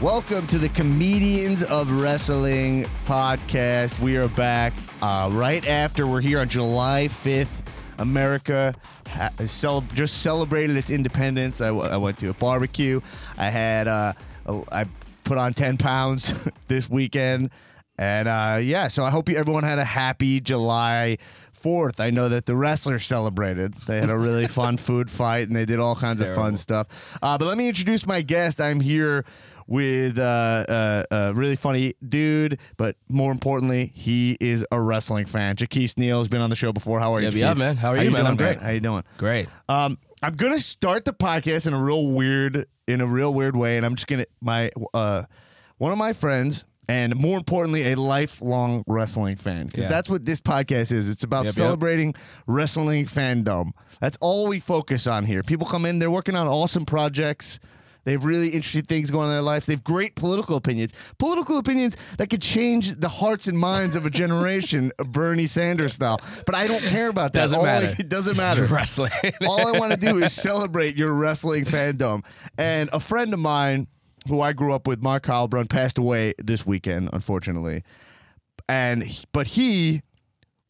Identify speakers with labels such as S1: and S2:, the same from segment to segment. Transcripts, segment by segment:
S1: Welcome to the Comedians of Wrestling podcast. We are back uh, right after we're here on July 5th. America ha- cel- just celebrated its independence. I, w- I went to a barbecue. I had uh, a- I put on 10 pounds this weekend. And uh, yeah, so I hope you, everyone had a happy July 4th. I know that the wrestlers celebrated. They had a really fun food fight and they did all kinds of fun
S2: Terrible.
S1: stuff. Uh, but let me introduce my guest. I'm here with uh, uh, a really funny dude, but more importantly, he is a wrestling fan. Jaquise Neal has been on the show before. How are you?
S2: Yeah, yeah,
S1: Jaquise?
S2: man. How are
S1: How
S2: you, man?
S1: Doing,
S2: I'm great.
S1: How you doing?
S2: Great.
S1: Um, I'm gonna start the podcast in a real weird, in a real weird way, and I'm just gonna my uh, one of my friends, and more importantly, a lifelong wrestling fan, because
S2: Yeah.
S1: that's what this podcast is. It's about
S2: Yep, yep.
S1: celebrating wrestling fandom. That's all we focus on here. People come in, they're working on awesome projects. They have really interesting things going on in their lives. They have great political opinions. Political opinions that could change the hearts and minds of a generation, Bernie Sanders style. But I don't care about that.
S2: Doesn't
S1: All I-
S2: matter.
S1: it doesn't matter.
S2: Wrestling.
S1: All I want to do is celebrate your wrestling fandom. And a friend of mine who I grew up with, Mark Heilbrunn, passed away this weekend, unfortunately. And but he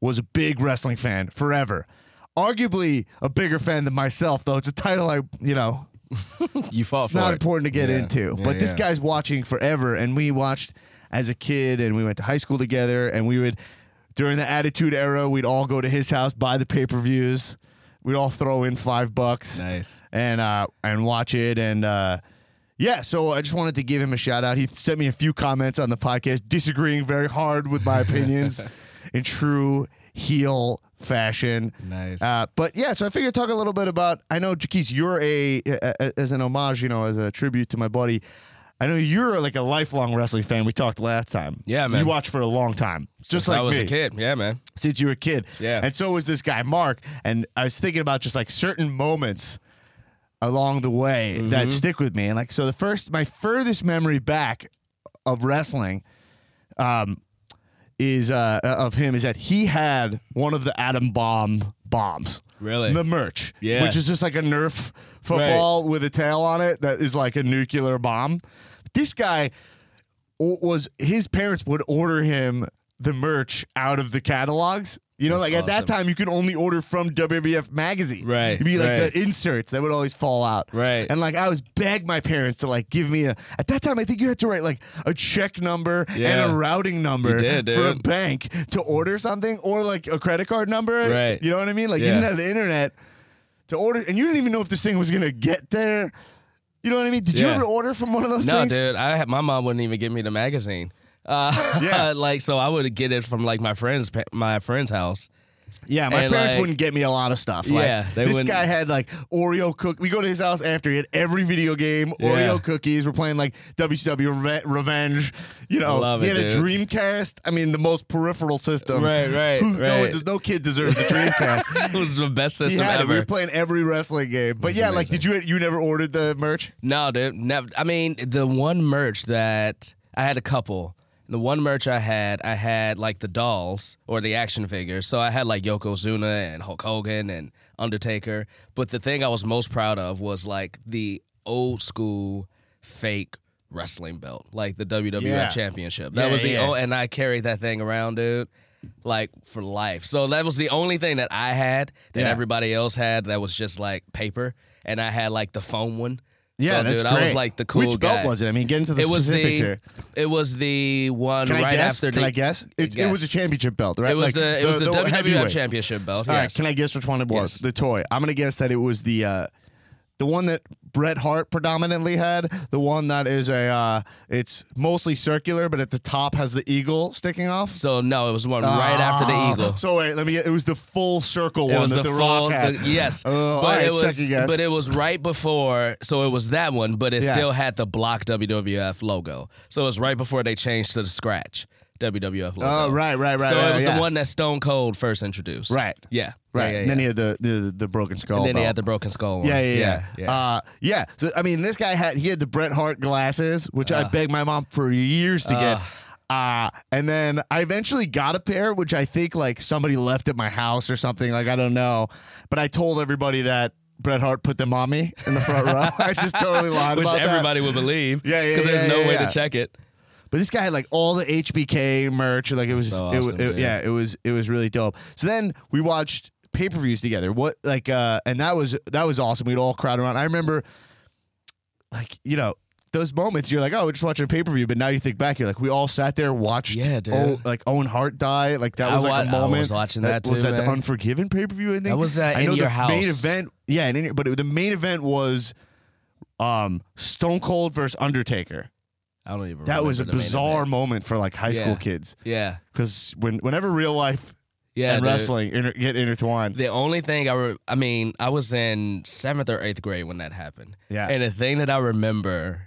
S1: was a big wrestling fan forever. Arguably a bigger fan than myself, though. It's a title I, you know,
S2: you fought
S1: it's
S2: for
S1: not
S2: it.
S1: important to get
S2: Yeah.
S1: into.
S2: Yeah,
S1: but this
S2: yeah.
S1: guy's watching forever, and we watched as a kid, and we went to high school together, and we would during the Attitude Era, we'd all go to his house, buy the pay per views, we'd all throw in five bucks,
S2: Nice.
S1: and uh, and watch it, and uh, yeah. So I just wanted to give him a shout out. He sent me a few comments on the podcast, disagreeing very hard with my opinions, in true heel fashion.
S2: Nice.
S1: Uh, but yeah, so I figured talk a little bit about. I know Jaquise, you're a, a- a- as an homage, you know, as a tribute to my buddy. I know you're like a lifelong wrestling fan. We talked last time.
S2: Yeah, man.
S1: You watched for a long time, just
S2: Since
S1: like
S2: I was
S1: me,
S2: a kid. Yeah, man.
S1: since you were a kid.
S2: Yeah.
S1: and so was this guy Mark. And I was thinking about just like certain moments along the way that stick with me. And like, so the first, my furthest memory back of wrestling, um, is uh of him is that he had one of the atom bomb bombs
S2: Really?
S1: the merch,
S2: Yeah.
S1: which is just like a Nerf football with a tail on it that is like a nuclear bomb. This guy o- was his parents would order him the merch out of the catalogs. You know,
S2: That's
S1: like at that
S2: awesome.
S1: time, you could only order from WWF magazine.
S2: Right,
S1: it'd be like
S2: right.
S1: the inserts that would always fall out.
S2: Right.
S1: and like I was begged my parents to like give me a. At that time, I think you had to write like a check number
S2: Yeah.
S1: and a routing number
S2: did,
S1: for a
S2: dude.
S1: bank to order something or like a credit card number.
S2: Right.
S1: You know what I mean? Like you
S2: Yeah.
S1: didn't have the internet to order, and you didn't even know if this thing was gonna get there. You know what I mean? Did you
S2: Yeah.
S1: ever order from one of those
S2: no,
S1: things?
S2: dude. I had- my mom wouldn't even give me the magazine. Uh,
S1: Yeah.
S2: like so, I would get it from like my friends, pa- my friend's house.
S1: Yeah, my
S2: And,
S1: parents
S2: like-
S1: wouldn't get me a lot of stuff. Like,
S2: Yeah, they
S1: this
S2: wouldn't-
S1: guy had like Oreo cook. We go to his house after he had every video game,
S2: Yeah.
S1: Oreo cookies. We're playing like WCW Reve- Revenge. You know,
S2: Love
S1: he
S2: it,
S1: had a
S2: dude.
S1: Dreamcast. I mean, the most peripheral system.
S2: Right, right,
S1: Who- No,
S2: right.
S1: does- no kid deserves a Dreamcast.
S2: It was the best
S1: he
S2: system
S1: had it. We
S2: ever.
S1: were playing every wrestling game. But yeah, like, did you you never ordered the merch?
S2: No, dude. Never. I mean, the one merch that I had a couple. The one merch I had, I had like the dolls or the action figures. So I had like Yokozuna and Hulk Hogan and Undertaker. But the thing I was most proud of was like the old school fake wrestling belt, like the WWF
S1: Yeah.
S2: Championship. That
S1: Yeah,
S2: was the
S1: yeah.
S2: o- and I carried that thing around, dude, like for life. So that was the only thing that I had that
S1: Yeah.
S2: everybody else had that was just like paper, and I had like the foam one.
S1: Yeah,
S2: so,
S1: that's
S2: dude, I was
S1: great.
S2: like the cool
S1: Which
S2: guy.
S1: belt was it? I mean, get into the
S2: It was
S1: specifics
S2: the
S1: here.
S2: it was the one
S1: Can
S2: right
S1: I guess?
S2: after
S1: Can
S2: the
S1: I guess? It, it
S2: guess.
S1: was a championship belt, right?
S2: it was
S1: Like,
S2: the it was the, WWF
S1: heavyweight.
S2: championship belt.
S1: All right,
S2: yes.
S1: can I guess which one it was?
S2: Yes.
S1: The toy. I'm gonna guess that it was the uh, the one that Bret Hart predominantly had. The one that is a uh, it's mostly circular, but at the top has the eagle sticking off.
S2: so no, it was one right after the
S1: Ah,
S2: eagle.
S1: So wait, let me. Get, it was the full circle
S2: It
S1: one
S2: was
S1: that
S2: the,
S1: the,
S2: full,
S1: Rock had.
S2: the- yes,
S1: Oh,
S2: but
S1: all right,
S2: it was,
S1: second guess.
S2: but it was right before. So it was that one, but it
S1: Yeah.
S2: still had the block WWF logo. So it was right before they changed to the scratch WWF logo.
S1: oh right, right, right.
S2: so
S1: right,
S2: it was
S1: yeah.
S2: the one that Stone Cold first introduced.
S1: Right.
S2: Yeah.
S1: Right.
S2: Yeah, yeah,
S1: and then
S2: yeah.
S1: he had the the, the broken skull.
S2: And then he
S1: belt.
S2: had the broken skull. One.
S1: Yeah, yeah, yeah.
S2: yeah.
S1: Uh, yeah. So I mean, this guy had he had the Bret Hart glasses, which
S2: Uh.
S1: I begged my mom for years to get. Uh, and then I eventually got a pair, which I think like somebody left at my house or something. Like I don't know, but I told everybody that Bret Hart put them on me in the front row. I just totally lied
S2: which
S1: about that.
S2: everybody would believe.
S1: Yeah, yeah,
S2: Because there's
S1: yeah,
S2: no
S1: yeah,
S2: way
S1: yeah.
S2: to check it.
S1: But this guy had like all the HBK merch. Like it was,
S2: So
S1: it, wa-
S2: awesome,
S1: it-
S2: dude.
S1: yeah, it was, it was really dope. So then we watched pay per views together. What like, uh, and that was that was awesome. We'd all crowd around. I remember, like you know, those moments. You're like, oh, we're just watching a pay per view. But now you think back, you're like, we all sat there watched,
S2: Yeah, dude.
S1: Owen- like Owen Hart die. Like that
S2: I
S1: was like
S2: wa-
S1: a
S2: I
S1: moment.
S2: was watching that
S1: was
S2: too,
S1: that the
S2: man.
S1: Unforgiven pay per view. I think
S2: That was, uh,
S1: I
S2: In
S1: know the
S2: Your House.
S1: main event. Yeah, and in, your- but it- the main event was. Um, Stone Cold versus Undertaker.
S2: I don't even.
S1: That
S2: remember
S1: was a
S2: the main event.
S1: bizarre moment for like high school
S2: Yeah.
S1: kids
S2: Yeah,
S1: because when whenever real life
S2: yeah.
S1: and
S2: dude.
S1: wrestling inter- get intertwined,
S2: The only thing I, re- I mean, I was in seventh or eighth grade when that happened.
S1: yeah,
S2: And the thing that I remember,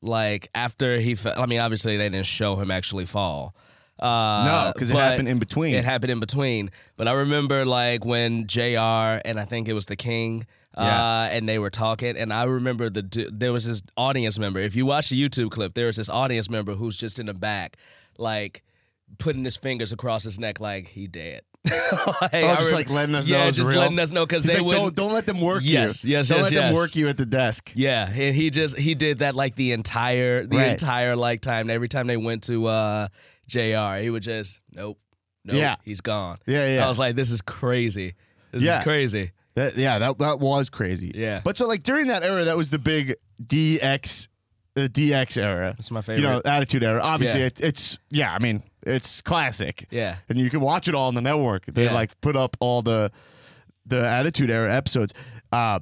S2: like after he, fell, I mean, obviously they didn't show him actually fall. Uh,
S1: no, because it
S2: but
S1: happened in between.
S2: It happened in between. But I remember like when Jr. and I think it was the King. Uh, and they were talking, and I remember the du- there was this audience member. If you watch the YouTube clip, there was this audience member who's just in the back, like putting his fingers across his neck, like he dead. Like, I
S1: oh, just
S2: remember-
S1: like letting us know
S2: yeah,
S1: it's
S2: just
S1: real.
S2: letting us know because
S1: He's
S2: they
S1: like,
S2: would
S1: don't don't let them work
S2: Yes,
S1: you.
S2: yes,
S1: don't
S2: yes,
S1: let them
S2: yes.
S1: work you at the desk.
S2: Yeah, and he just he did that like the entire the
S1: Right.
S2: entire like time. Every time they went to uh JR, he would just nope, nope,
S1: Yeah.
S2: he's gone.
S1: Yeah, yeah.
S2: I was like, this is crazy. This
S1: Yeah.
S2: is crazy.
S1: That, yeah, that that was crazy.
S2: Yeah.
S1: but so like during that era, that was the big DX, the DX era.
S2: That's my
S1: You
S2: favorite.
S1: know, attitude era. Obviously,
S2: Yeah.
S1: it, it's yeah. I mean, it's classic.
S2: yeah.
S1: and you can watch it all on the network. They
S2: Yeah.
S1: like put up all the the Attitude Era episodes. Uh,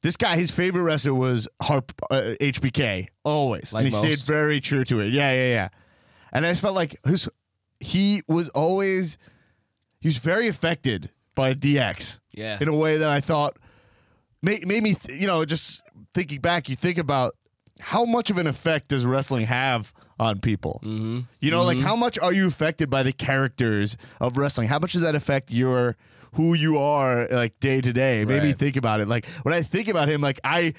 S1: this guy, his favorite wrestler was Harp uh, HBK always,
S2: Like
S1: and he
S2: most.
S1: stayed very true to it. Yeah, yeah, yeah. And I just felt like his he was always he was very affected by DX
S2: Yeah.
S1: in a way that I thought made, made me, th- you know, just thinking back, you think about how much of an effect does wrestling have on people? Mm-hmm. You know, like how much are you affected by the characters of wrestling? How much does that affect your who you are like day to day? Maybe
S2: Right.
S1: think about it. Like when I think about him, like I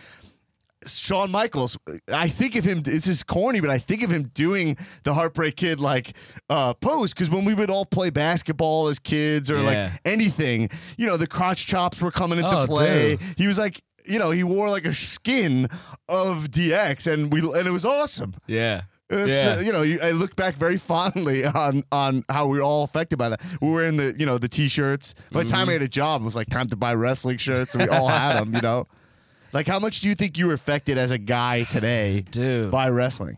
S1: Shawn Michaels, I think of him. This is corny, but I think of him doing the Heartbreak Kid like uh, pose because when we would all play basketball as kids or
S2: Yeah.
S1: like anything, you know, the crotch chops were coming into
S2: Oh,
S1: play.
S2: dude.
S1: He was like, you know, he wore like a skin of DX, and we and it was awesome.
S2: yeah.
S1: It was,
S2: Yeah.
S1: uh, you know, you, I look back very fondly on on how we were all affected by that. We were in the you know the t-shirts. By the
S2: Mm-hmm.
S1: time I had a job, it was like time to buy wrestling shirts, and we all had them. You know, like how much do you think you were affected as a guy today
S2: Dude.
S1: by wrestling?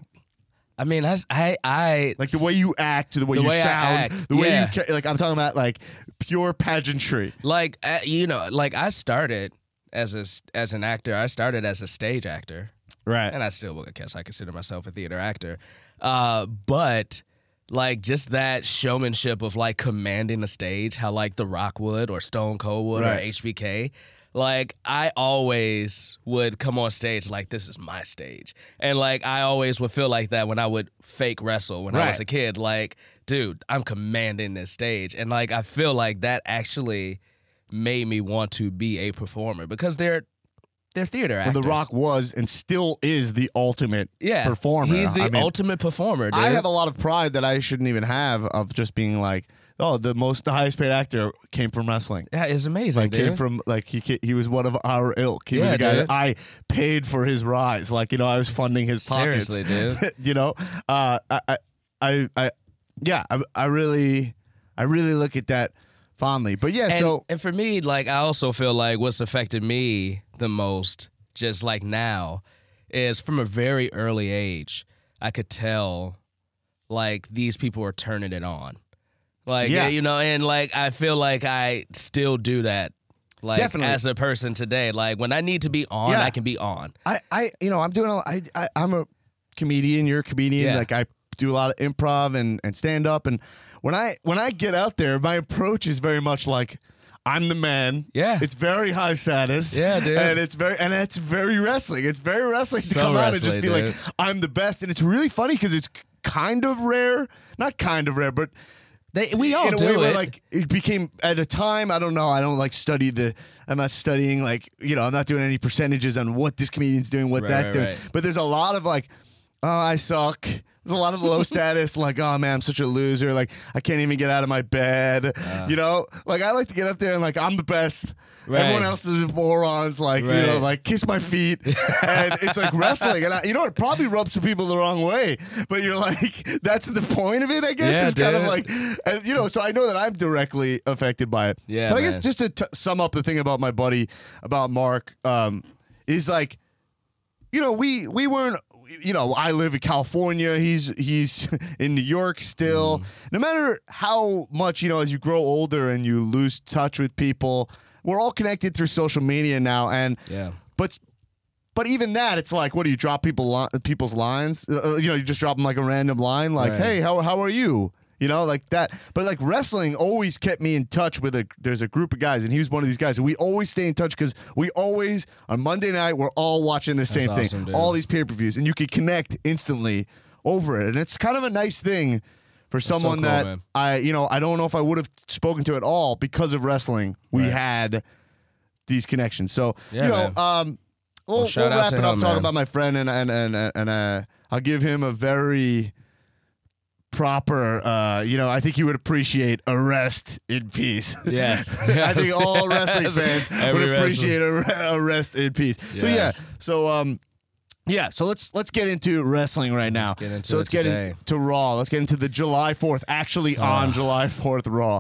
S2: I mean, I s- I, I-
S1: Like the way you act, the way
S2: The
S1: you
S2: way I
S1: sound,
S2: act,
S1: the way
S2: yeah.
S1: you ca- like. I'm talking about like pure pageantry.
S2: like uh, you know, like I started as a s- as an actor. I started as a stage actor.
S1: Right.
S2: and I still would guess I consider myself a theater actor. Uh, but like just that showmanship of like commanding a stage, how like The Rock would or Stone Cold would
S1: Right.
S2: or HBK. Like I always would come on stage like this is my stage, and like I always would feel like that when I would fake wrestle when I was
S1: Right.
S2: a kid. Like, dude, I'm commanding this stage, and like I feel like that actually made me want to be a performer because they're they're theater
S1: Well,
S2: actors.
S1: the Rock was and still is the ultimate
S2: yeah,
S1: performer.
S2: He's the
S1: I mean,
S2: ultimate performer. Dude.
S1: I have a lot of pride that I shouldn't even have of just being like, oh, the most, the highest paid actor came from wrestling.
S2: that is amazing,
S1: Like
S2: dude.
S1: came from like he ca- he was one of our ilk. He was
S2: Yeah,
S1: a guy
S2: dude.
S1: that I paid for his rise. Like you know, I was funding his pockets.
S2: Seriously, dude.
S1: you know, uh, I, I, I, I, yeah, I, I really, I really look at that fondly. But yeah,
S2: And,
S1: so
S2: and for me, like I also feel like what's affected me the most, just like now, is from a very early age, I could tell, like these people are turning it on, like
S1: Yeah.
S2: you know, and like I feel like I still do that. Like
S1: Definitely.
S2: as a person today, like when I need to be on,
S1: Yeah.
S2: I can be on.
S1: I, I, you know, I'm doing. A, I, I, I'm a comedian. You're a comedian.
S2: Yeah.
S1: Like I do a lot of improv and and stand up. And when I when I get out there, my approach is very much like I'm the man.
S2: Yeah.
S1: it's very high status.
S2: Yeah, dude.
S1: And it's very and it's very wrestling. It's very wrestling to
S2: So
S1: come out and just
S2: wrestling,
S1: be like
S2: dude.
S1: I'm the best. And it's really funny because it's k- kind of rare, not kind of rare, but.
S2: They, we all
S1: in a
S2: do
S1: way
S2: it.
S1: where like it became at a time I don't know I don't like study the I'm not studying like you know I'm not doing any percentages on what this comedian's doing what
S2: Right,
S1: that's
S2: right,
S1: doing
S2: right.
S1: but there's a lot of like oh, I suck. There's a lot of low status, like, oh man, I'm such a loser. Like, I can't even get out of my bed. you know, like, I like to get up there and, like, I'm the best.
S2: Right.
S1: Everyone else is morons. Like, you know,
S2: Right.
S1: like, kiss my feet. and it's like wrestling. And I, you know, it probably rubs some people the wrong way. But you're like, that's the point of it, I guess.
S2: Yeah,
S1: it's kind of
S2: dude.
S1: like, and, you know, so I know that I'm directly affected by it.
S2: Yeah,
S1: But I
S2: man.
S1: guess just to t- sum up the thing about my buddy, about Mark, um, is like, you know, we we weren't. You know, I live in California. He's he's in New York still.
S2: Mm-hmm.
S1: No matter how much you know, as you grow older and you lose touch with people, we're all connected through social media now. And
S2: Yeah.
S1: but but even that, it's like, what do you drop people li- people's lines? Uh, uh, you know, you just drop them like a random line, like,
S2: Right.
S1: hey, how how are you? You know, like that. But like wrestling always kept me in touch with a. There's a group of guys, and he was one of these guys, and we always stay in touch because we always on Monday night we're all watching the same
S2: awesome,
S1: thing,
S2: dude.
S1: all these pay per views, and you can connect instantly over it, and it's kind of a nice thing for someone
S2: cool,
S1: that
S2: man.
S1: I, you know, I don't know if I would have spoken to at all because of wrestling. We
S2: Right.
S1: had these connections. So
S2: Yeah,
S1: you know,
S2: man.
S1: um, we'll,
S2: Well, shout
S1: we'll
S2: out
S1: wrap
S2: to
S1: it up
S2: him,
S1: talking
S2: man.
S1: about my friend and and and and uh, I'll give him a very proper. Uh, you know, I think he would appreciate a rest in peace.
S2: Yes.
S1: I think all wrestling fans would appreciate a, re- a rest in peace. So yeah,
S2: Yes.
S1: so um, yeah, so let's let's get into wrestling right now.
S2: get into
S1: so
S2: it
S1: let's get
S2: today. Ah.
S1: into Raw. Let's get into the July Fourth, actually on July Fourth Raw.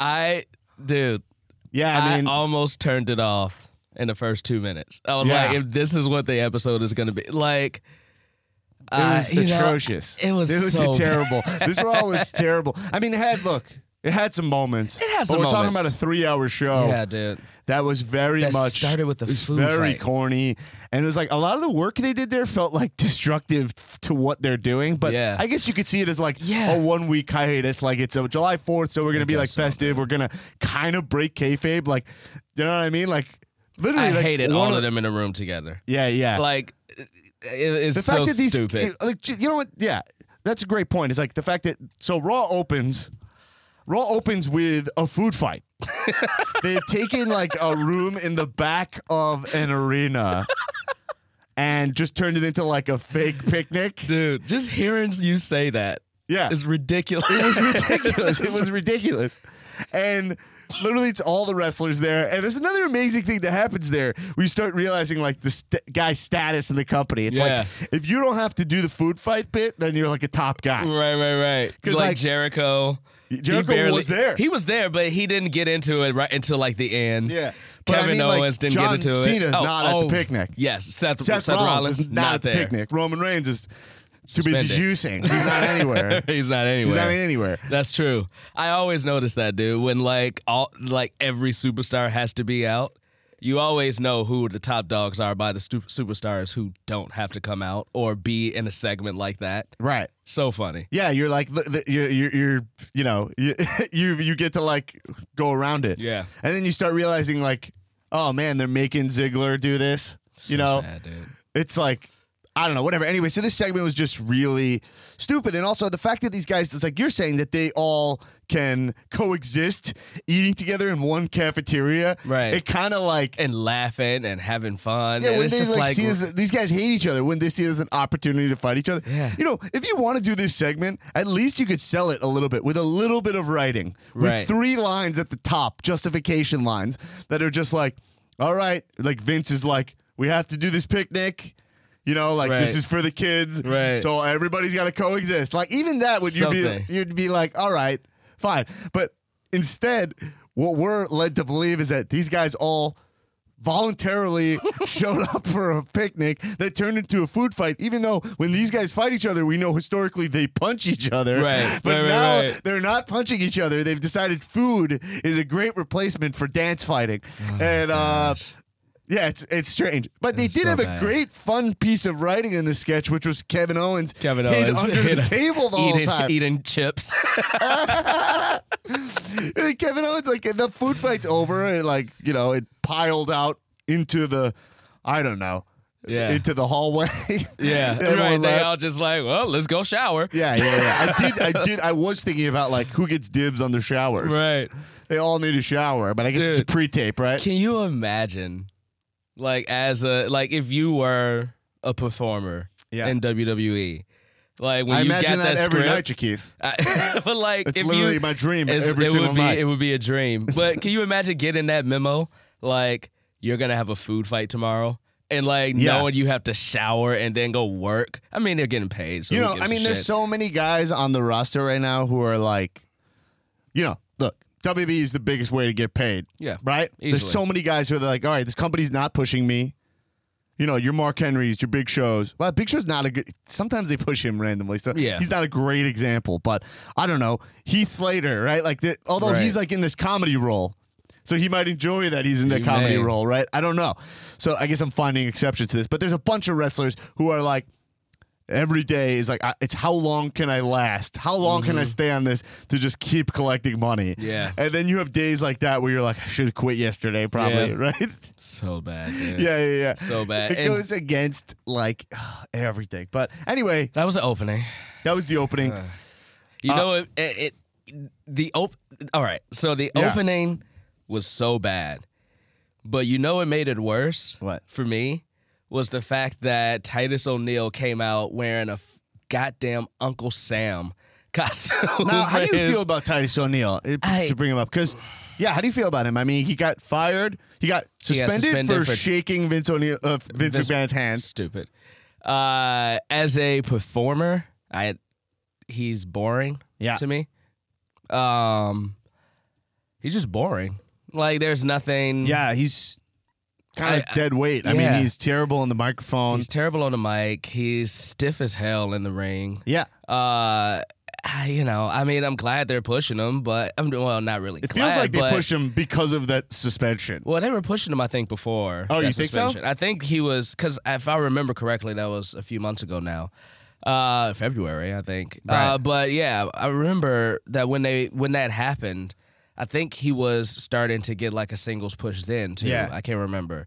S2: I, dude,
S1: Yeah, I
S2: I,
S1: mean,
S2: almost turned it off in the first two minutes. I was
S1: Yeah.
S2: like, if this is what the episode is going to be, like,
S1: It was
S2: Uh, you know,
S1: atrocious.
S2: it was
S1: This
S2: so
S1: terrible. this Raw was terrible. I mean, it had look. It had some moments. It
S2: has
S1: but
S2: some
S1: we're talking
S2: moments.
S1: about a three-hour show
S2: yeah, dude.
S1: that was very
S2: That
S1: much
S2: started with the
S1: it was
S2: food
S1: very
S2: fight.
S1: corny, and it was like a lot of the work they did there felt like destructive to what they're doing. But
S2: Yeah.
S1: I guess you could see it as like
S2: Yeah.
S1: a one-week hiatus. Like it's a July Fourth, so we're gonna be like
S2: guess so,
S1: festive. we're gonna kind of break kayfabe. Like you know what I mean? Like literally,
S2: I
S1: like,
S2: hated
S1: one
S2: all of them in a room together.
S1: Yeah, yeah.
S2: Like, it, it's
S1: the
S2: so
S1: fact that these
S2: stupid.
S1: it- like j- you know what yeah that's a great point it's like the fact that so raw opens raw opens with a food fight they've taken like a room in the back of an arena and just turned it into like a fake picnic
S2: dude, just hearing you say that
S1: yeah
S2: is ridiculous. It was
S1: ridiculous. it was ridiculous. And literally, it's all the wrestlers there. And there's another amazing thing that happens there. We start realizing like the st- guy's status in the company. It's
S2: Yeah.
S1: like if you don't have to do the food fight bit, then you're like a top guy.
S2: Right, right, right.
S1: 'Cause,
S2: Like,
S1: like,
S2: Jericho. he
S1: Jericho was there.
S2: He was there, but he didn't get into it right until like the end.
S1: Yeah. But I
S2: Kevin
S1: mean, like,
S2: Owens didn't
S1: John
S2: get into it. Oh,
S1: Cena's not at the picnic.
S2: Yes. Seth,
S1: Seth, Rollins, is not, at the
S2: there.
S1: picnic. Roman Reigns is too busy
S2: Suspended.
S1: juicing. He's not anywhere.
S2: He's not anywhere.
S1: He's not anywhere.
S2: That's true. I always notice that, dude. When like all like every superstar has to be out, you always know who the top dogs are by the stu- superstars who don't have to come out or be in a segment like that.
S1: Right.
S2: So funny.
S1: Yeah, you're like the- the- you're you're, you're you know you, you you get to like go around it.
S2: Yeah.
S1: and then you start realizing like, oh man, they're making Ziggler do this. You
S2: So
S1: know,
S2: sad, dude.
S1: it's like I don't know, whatever. Anyway, so this segment was just really stupid, and also the fact that these guys, it's like you're saying that they all can coexist, eating together in one cafeteria.
S2: Right.
S1: It kind of like
S2: and laughing and having fun.
S1: yeah,
S2: and
S1: when
S2: it's
S1: they
S2: just
S1: like,
S2: like,
S1: see this, these guys hate each other. When they see it as an opportunity to fight each other,
S2: Yeah.
S1: you know, if you want to do this segment, at least you could sell it a little bit with a little bit of writing,
S2: Right.
S1: with three lines at the top, justification lines that are just like, all right, like Vince is like, we have to do this picnic. You know, like this
S2: Right.
S1: is for the kids,
S2: Right.
S1: so everybody's got to coexist. Like even that would you be
S2: Something.
S1: you'd be like, all right, fine. But instead, what we're led to believe is that these guys all voluntarily showed up for a picnic that turned into a food fight, even though when these guys fight each other, we know historically they punch each other.
S2: Right,
S1: But
S2: right, right,
S1: now
S2: right.
S1: they're not punching each other. They've decided food is a great replacement for dance fighting.
S2: Oh
S1: and uh yeah, it's it's strange, but they
S2: It's
S1: did
S2: so
S1: have a
S2: bad.
S1: great fun piece of writing in the sketch, which was Kevin Owens
S2: Kevin
S1: hid
S2: Owens
S1: under
S2: hid
S1: the table the whole
S2: eating,
S1: time.
S2: eating chips.
S1: And Kevin Owens, like the food fight's over, and like you know, it piled out into the, I don't know,
S2: Yeah.
S1: into the hallway.
S2: yeah,
S1: Everyone
S2: right. They
S1: left.
S2: all just like, well, let's go shower.
S1: yeah, yeah, yeah. I did, I did, I was thinking about like who gets dibs on the showers.
S2: Right?
S1: They all need a shower, but I guess it's a
S2: Dude.
S1: pre-tape, right?
S2: Can you imagine? Like as a like if you were a performer
S1: Yeah.
S2: in WWE, like when
S1: I
S2: you
S1: imagine
S2: got
S1: that,
S2: that,
S1: every night,
S2: script,
S1: Jaquez.
S2: I- but like
S1: It's
S2: if
S1: literally
S2: you,
S1: my dream
S2: it's-
S1: every
S2: it
S1: single
S2: would be
S1: night.
S2: it would be a dream. But can you imagine getting that memo like you're gonna have a food fight tomorrow? And like
S1: Yeah.
S2: knowing you have to shower and then go work. I mean, they're getting paid. So
S1: you
S2: who
S1: know, I
S2: gives a
S1: mean, there's
S2: shit?
S1: so many guys on the roster right now who are like, you know, look, WB is the biggest way to get paid.
S2: Yeah.
S1: Right? There's
S2: Easily.
S1: so many guys who are like, all right, this company's not pushing me. You know, your Mark Henry's, your Big Show's. Well, Big Show's not a good. Sometimes they push him randomly, so
S2: Yeah.
S1: he's not a great example. But I don't know Heath Slater, right? Like, the, although
S2: Right.
S1: he's like in this comedy role, so he might enjoy that he's in the
S2: He
S1: comedy
S2: may.
S1: role, right? I don't know. So I guess I'm finding exceptions to this. But there's a bunch of wrestlers who are like, every day is like I, it's how long can i last how long can i stay on this to just keep collecting money
S2: Mm-hmm. Yeah.
S1: and then you have days like that where you're like i should have quit yesterday probably
S2: Yeah.
S1: right
S2: so bad. Dude.
S1: yeah yeah yeah
S2: So bad.
S1: it
S2: And-
S1: goes against like everything but anyway
S2: That was an opening.
S1: that was the opening
S2: You
S1: Uh,
S2: know, it, it, it the op- All right, so the
S1: Yeah.
S2: opening was so bad, but you know what made it worse?
S1: What?
S2: for me was the fact that Titus O'Neil came out wearing a f- goddamn Uncle Sam costume.
S1: now how do
S2: for
S1: you
S2: his-
S1: feel about titus o'neill eh,
S2: I-
S1: to bring him up because yeah, how do you feel about him? I mean, he got fired. He got
S2: got
S1: suspended,
S2: suspended
S1: for,
S2: for-
S1: shaking Vince O'Neil, uh, Vince,
S2: Vince-
S1: McMahon's hands.
S2: Stupid. Uh, as a performer, I he's boring
S1: Yeah.
S2: to me. Um, he's just boring. Like there's nothing.
S1: Yeah, he's kind
S2: I-
S1: of dead weight. Mm-hmm. I mean,
S2: yeah.
S1: he's terrible on the microphone.
S2: He's terrible on the mic. He's stiff as hell in the ring.
S1: yeah,
S2: Uh, I- you know, I mean, I'm glad they're pushing him, but I'm well, not really.
S1: It
S2: glad,
S1: feels like they
S2: but-
S1: pushed him because of that suspension.
S2: Well, they were pushing him, I think, before.
S1: Oh,
S2: that
S1: you think so?
S2: suspension. I think he was because if I remember correctly, that was a few months ago now, uh, February, I think.
S1: Right.
S2: Uh, but yeah, I remember that when they when that happened, I think he was starting to get like a singles push then too.
S1: Yeah.
S2: I can't remember,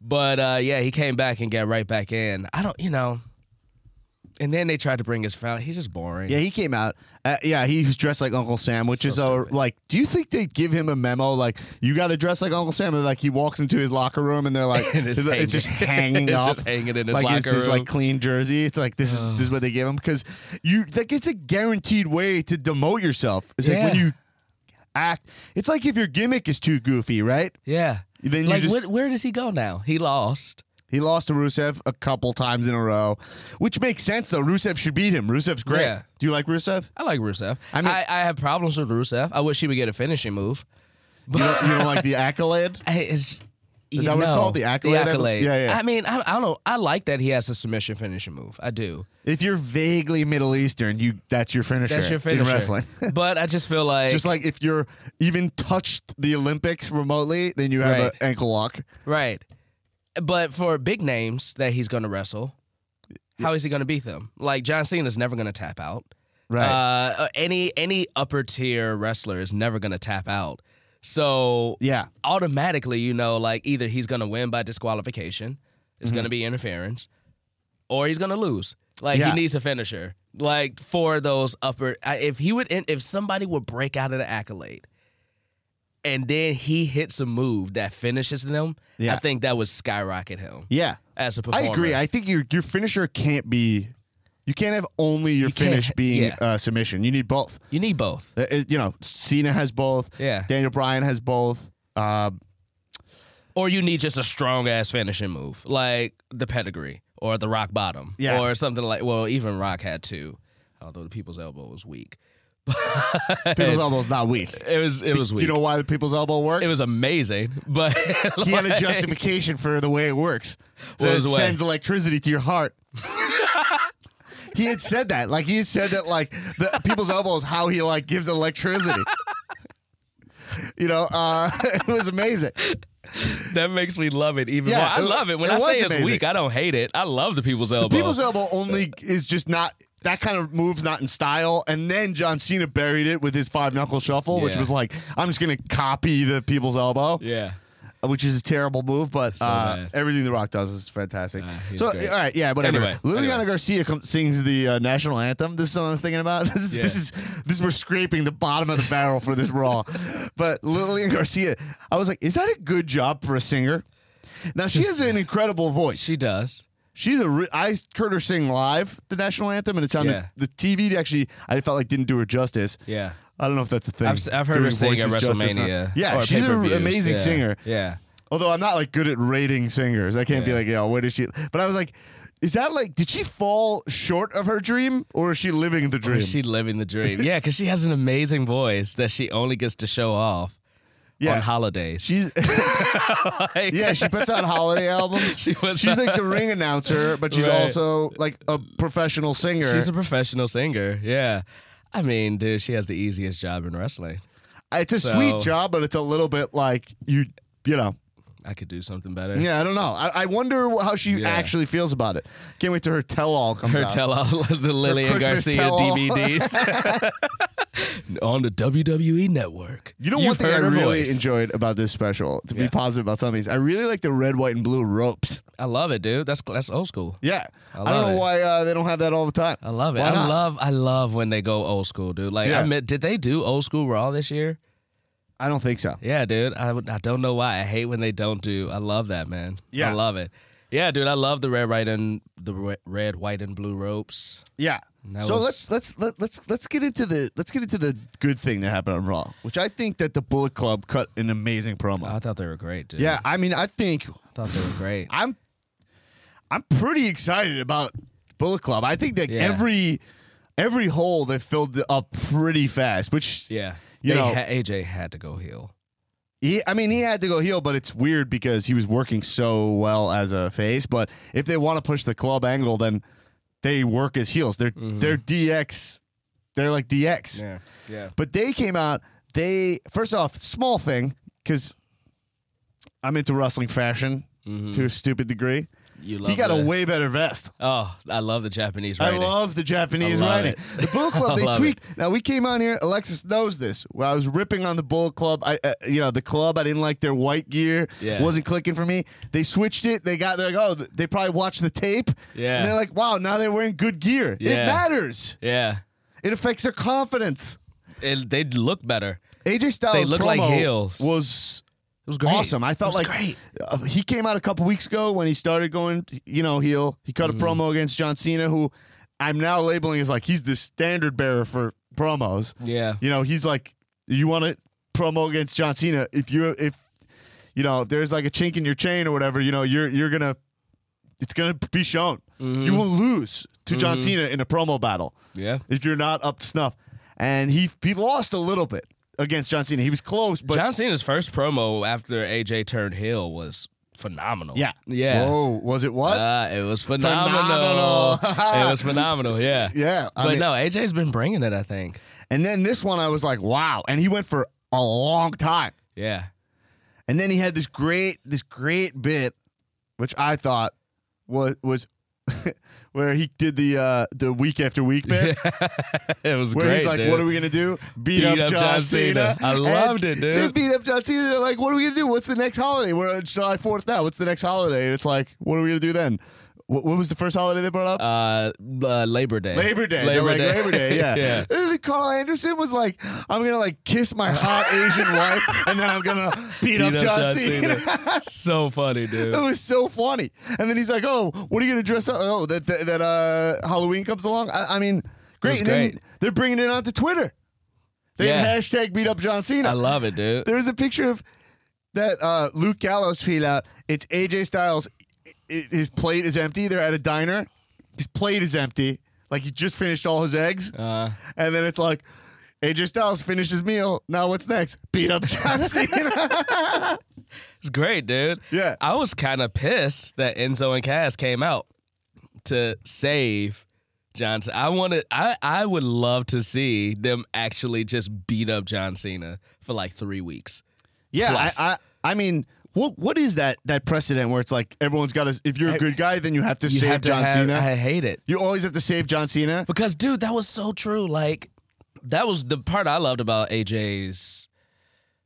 S2: but uh, yeah, he came back and got right back in. I don't, you know. And then they tried to bring his family. He's just boring.
S1: Yeah, he came out. Uh, yeah, he was dressed like Uncle Sam, which
S2: So
S1: is uh,
S2: stupid.
S1: like, do you think they give him a memo like you got to dress like Uncle Sam? And like he walks into his locker room and they're like,
S2: And
S1: it's,
S2: it's
S1: like- it's just hanging
S2: It's
S1: up,
S2: just hanging in his
S1: like
S2: locker
S1: it's just
S2: room.
S1: like clean jersey. It's like this is this is what they gave him because you like it's a guaranteed way to demote yourself. It's like when
S2: Yeah.
S1: you act. It's like if your gimmick is too goofy, right?
S2: yeah.
S1: Then you
S2: Like,
S1: just
S2: where, where does he go now? He lost.
S1: He lost to Rusev a couple times in a row, which makes sense though. Rusev should beat him. Rusev's great.
S2: Yeah.
S1: Do you like Rusev?
S2: I like Rusev.
S1: I
S2: I,
S1: mean-
S2: I, have problems with Rusev. I wish he would get a finishing move.
S1: You don't, you don't like the accolade?
S2: I, it's,
S1: Is that what it's called? The accolade, I bel- yeah, yeah.
S2: I mean, I, I don't know. I like that he has a submission finishing move. I do.
S1: If you're vaguely Middle Eastern, you that's your finisher.
S2: That's your finisher.
S1: in wrestling.
S2: but I just feel like,
S1: Just like if you're even touched the Olympics remotely, then you have
S2: Right.
S1: an ankle lock.
S2: right. But for big names that he's going to wrestle, how is he going to beat them? Like John Cena's never going to tap out. Uh, any any upper tier wrestler is never going to tap out. So
S1: yeah.
S2: automatically you know like either he's going to win by disqualification it's
S1: Mm-hmm.
S2: going to be interference or he's going to lose like
S1: Yeah.
S2: he needs a finisher like for those upper I- if he would if somebody would break out of the accolade and then he hits a move that finishes them
S1: Yeah.
S2: i think that would skyrocket him
S1: Yeah.
S2: as a
S1: I
S2: performer
S1: agree. I think your your finisher can't be you can't have only your
S2: can't-
S1: finish being
S2: yeah.
S1: uh, submission. You need both.
S2: you need both
S1: Uh, it- you know, Cena has both.
S2: Yeah.
S1: Daniel Bryan has both. Uh,
S2: or you need just a strong ass finishing move like the pedigree or the rock bottom
S1: Yeah.
S2: or something like well even rock had two although the people's elbow was weak
S1: People's elbow's not weak.
S2: It was it was weak.
S1: You know why the people's elbow works?
S2: it was amazing, but
S1: he had a justification for the way it works. So
S2: What
S1: it
S2: was the way?
S1: sends electricity to your heart. he had said that. Like he had said that like the people's elbow is how he like gives electricity. You know, uh, it was amazing.
S2: that makes me love it even
S1: Yeah,
S2: more. I
S1: it-
S2: love it when
S1: it
S2: I
S1: was
S2: say
S1: amazing.
S2: it's weak. I don't hate it. I love the people's elbow.
S1: People's elbow only is just not that kind of move's not in style. And then John Cena buried it with his five knuckle shuffle, which
S2: Yeah.
S1: was like, I'm just gonna copy the people's elbow.
S2: yeah,
S1: which is a terrible move, but uh,
S2: bad.
S1: everything The Rock does is fantastic.
S2: Ah, he's
S1: so,
S2: great.
S1: all right, yeah, whatever.
S2: Anyway,
S1: Liliana
S2: anyway.
S1: Garcia com- sings the uh, national anthem. This is what I was thinking about. This is this
S2: Yeah.
S1: is this we're scraping the bottom of the barrel for this Raw, but Liliana Garcia, I was like, is that a good job for a singer? Now she has an incredible voice.
S2: She does.
S1: She's a. Re- I heard her sing live the national anthem, and it sounded
S2: Yeah.
S1: the TV actually. I felt like didn't do her justice.
S2: Yeah.
S1: I don't know if that's a thing.
S2: I've s- I've heard her
S1: Doing
S2: sing at
S1: voices justice, huh?
S2: WrestleMania
S1: Yeah,
S2: or
S1: she's an
S2: pay-per-views.
S1: amazing
S2: Yeah.
S1: singer.
S2: Yeah.
S1: Although I'm not like good at rating singers, I can't be
S2: Yeah.
S1: like, yo, what is she? But I was like, is that like, did she fall short of her dream, or is she living the
S2: Or
S1: dream?
S2: is she living the dream? Yeah, because she has an amazing voice that she only gets to show off on
S1: yeah,
S2: holidays.
S1: she's
S2: Like-
S1: yeah, she puts out holiday albums.
S2: She puts
S1: she's like the ring announcer, but she's
S2: Right.
S1: also like a professional singer.
S2: she's a professional singer. Yeah. I mean, dude, she has the easiest job in wrestling.
S1: it's a
S2: so-
S1: sweet job, but it's a little bit like you, you know.
S2: I could do something better.
S1: Yeah, I don't know. I, I wonder how she
S2: Yeah.
S1: actually feels about it. Can't wait till her tell-all comes
S2: Her
S1: out.
S2: tell all the Lillian
S1: Christmas
S2: Garcia
S1: tell-all.
S2: DVDs on the WWE network.
S1: You know
S2: You've
S1: one thing I
S2: heard her
S1: really
S2: voice.
S1: enjoyed about this special, to be
S2: Yeah.
S1: positive about some of these, I really like the red, white, and blue ropes.
S2: I love it, dude. That's that's old school.
S1: Yeah. I,
S2: love
S1: don't know
S2: it.
S1: why uh, they don't have that all the time.
S2: I love it.
S1: Why
S2: I
S1: not?
S2: love I love when they go old school, dude. Like
S1: Yeah.
S2: I meant, did they do old school Raw this year?
S1: I don't think so.
S2: Yeah, dude. I, would- I don't know why. I hate when they don't do. I love that, man.
S1: Yeah.
S2: I love it. Yeah, dude. I love the red, white, and the re- red, white, and blue ropes.
S1: Yeah.
S2: That
S1: So
S2: was-
S1: let's let's let, let's let's get into the let's get into the good thing that happened on Raw, which I think that the Bullet Club cut an amazing promo.
S2: I thought they were great, dude.
S1: yeah, I mean, I think
S2: I thought they were great.
S1: I'm I'm pretty excited about Bullet Club. I think that
S2: Yeah.
S1: every every hole they filled up pretty fast, which
S2: Yeah.
S1: You
S2: They
S1: know-
S2: ha- AJ had to go heel.
S1: He, I mean, he had to go heel, but it's weird because he was working so well as a face. But if they want to push the club angle, then they work as heels. They're they're DX. They're like DX.
S2: Mm-hmm. Yeah. Yeah.
S1: But they came out. They first off, small thing because I'm into wrestling fashion to a stupid degree.
S2: You Mm-hmm. love
S1: He got
S2: the,
S1: a way better vest.
S2: Oh, I love the Japanese
S1: I
S2: writing.
S1: love the Japanese
S2: I love
S1: writing.
S2: it.
S1: The Bullet
S2: I
S1: Club, they
S2: love
S1: tweaked. Now we came on here. Alexis knows this. Well, I was ripping on the Bullet Club. I, uh, you know, the club. I didn't like their white gear.
S2: Yeah.
S1: wasn't clicking for me. They switched it. They got. They're like, oh, th- they probably watched the tape.
S2: Yeah.
S1: and they're like, wow, now they're wearing good gear. It
S2: Yeah.
S1: matters.
S2: yeah.
S1: It affects their confidence.
S2: It, they look better.
S1: AJ Styles
S2: They look
S1: promo
S2: like heels.
S1: was
S2: It was great.
S1: Awesome. I felt like
S2: It was great.
S1: uh, he came out a couple weeks ago when he started going, you know, heel. He cut
S2: Mm.
S1: a promo against John Cena, who I'm now labeling as like he's the standard bearer for promos.
S2: Yeah.
S1: You know, he's like, you want to promo against John Cena if you if you know if there's like a chink in your chain or whatever. You know, you're you're gonna it's gonna be shown.
S2: Mm-hmm.
S1: You will lose to John Cena in a promo battle
S2: Yeah.
S1: if you're not up to snuff. And he he lost a little bit against John Cena. He was close, but
S2: John Cena's first promo after AJ turned heel was phenomenal.
S1: yeah,
S2: Yeah.
S1: Whoa, was it what?
S2: Uh, it was phenomenal.
S1: Phenomenal.
S2: it was phenomenal. Yeah.
S1: Yeah, I
S2: but
S1: mean-
S2: no, AJ's been bringing it. I think.
S1: And then this one, I was like, wow. And he went for a long time.
S2: Yeah.
S1: And then he had this great, this great bit, which I thought was was where he did the uh the week after week bit,
S2: it was
S1: where
S2: great.
S1: he's like,
S2: dude.
S1: "What are we gonna do? Beat, up, John, Cena."
S2: I
S1: And
S2: loved it, dude.
S1: They beat up John Cena. They're like, "What are we gonna do? What's the next holiday? We're on July Fourth now. What's the next holiday?" And it's like, "What are we gonna do then?" What, what was the first holiday they brought up?
S2: Uh, uh, Labor Day.
S1: Labor Day. They're like Labor Day, yeah. And then Carl Anderson was like, I'm gonna like kiss my hot Asian wife and then I'm gonna beat, up, John, Cena.
S2: so funny, dude.
S1: it was so funny. And then he's like, Oh, what are you gonna dress up? Oh, that that, that uh Halloween comes along. I, I mean, great.
S2: was
S1: And then
S2: great.
S1: they're bringing it onto Twitter. They
S2: Yeah.
S1: hashtag beat up John Cena.
S2: I love it, dude.
S1: There's a picture of that uh, Luke Gallows tweet out. It's AJ Styles. I- I- His plate is empty. They're at a diner. His plate is empty. Like he just finished all his eggs.
S2: Uh,
S1: And then it's like, AJ Styles finished his meal. Now what's next? Beat up John Cena.
S2: it's great, dude.
S1: Yeah.
S2: I was kind of pissed that Enzo and Cass came out to save John. Cena. I wanted. I I would love to see them actually just beat up John Cena for like three weeks.
S1: yeah, I,
S2: Plus.
S1: I, I mean, what what is that that precedent where it's like everyone's got to? If you're a good guy, then you have to
S2: You
S1: save
S2: have to
S1: John
S2: have-
S1: Cena.
S2: I hate it.
S1: you always have to save John Cena.
S2: Because, dude, that was so true. Like, that was the part I loved about AJ's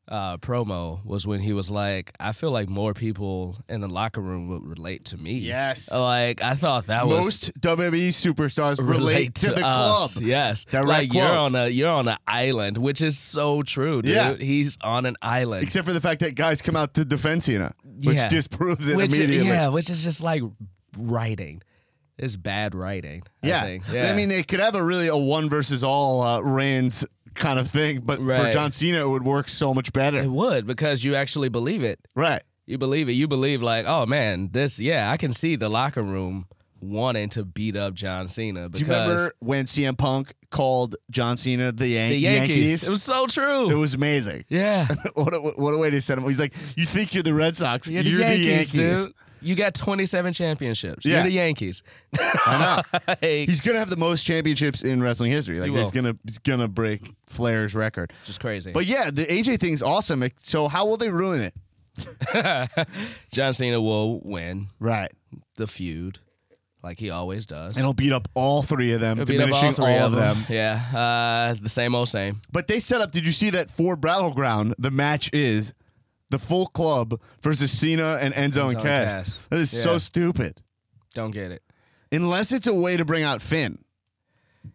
S2: uh, promo was when he was like, "I feel like more people in the locker room would relate to me."
S1: Yes.
S2: like I thought that was
S1: Most WWE superstars relate, to, the club.
S2: us. Yes,
S1: Direct
S2: like
S1: quote.
S2: you're on a you're on an island, which is so true, dude.
S1: Yeah.
S2: He's on an island.
S1: Except for the fact that guys come out to defend Cena, which
S2: Yeah.
S1: disproves it
S2: which,
S1: immediately.
S2: Yeah, which is just like writing. It's bad writing.
S1: Yeah.
S2: I, think. yeah.
S1: I mean, they could have a really a one versus all uh, Reigns kind of thing, but for
S2: Right.
S1: John Cena, it would work so much better.
S2: it would because you actually believe it.
S1: Right.
S2: You believe it. You believe like, oh man, this. Yeah, I can see the locker room wanting to beat up John Cena because
S1: Do you remember when CM Punk called John Cena the, Yan-
S2: the Yankees. It was so true.
S1: It was amazing.
S2: yeah,
S1: what, a, what a way to set him. He's like, you think you're the Red Sox,
S2: you're, the, Yankees, dude. You got 27 championships.
S1: Yeah.
S2: You're the Yankees.
S1: I know.
S2: Like,
S1: He's gonna have the most championships in wrestling history. Like
S2: He
S1: he's
S2: will.
S1: gonna he's gonna break Flair's record.
S2: just crazy.
S1: But yeah, the AJ thing's awesome. So how will they ruin it?
S2: John Cena will win
S1: Right.
S2: the feud, like he always does.
S1: And he'll beat up all three of them,
S2: It'll beat up
S1: diminishing
S2: three
S1: of them.
S2: Yeah, uh, the same old same.
S1: But they set up. Did you see that for battleground? The match is the full club versus Cena and Enzo, and
S2: Enzo and
S1: Cass.
S2: Cass.
S1: That is
S2: Yeah.
S1: so stupid.
S2: Don't get it.
S1: Unless it's a way to bring out Finn.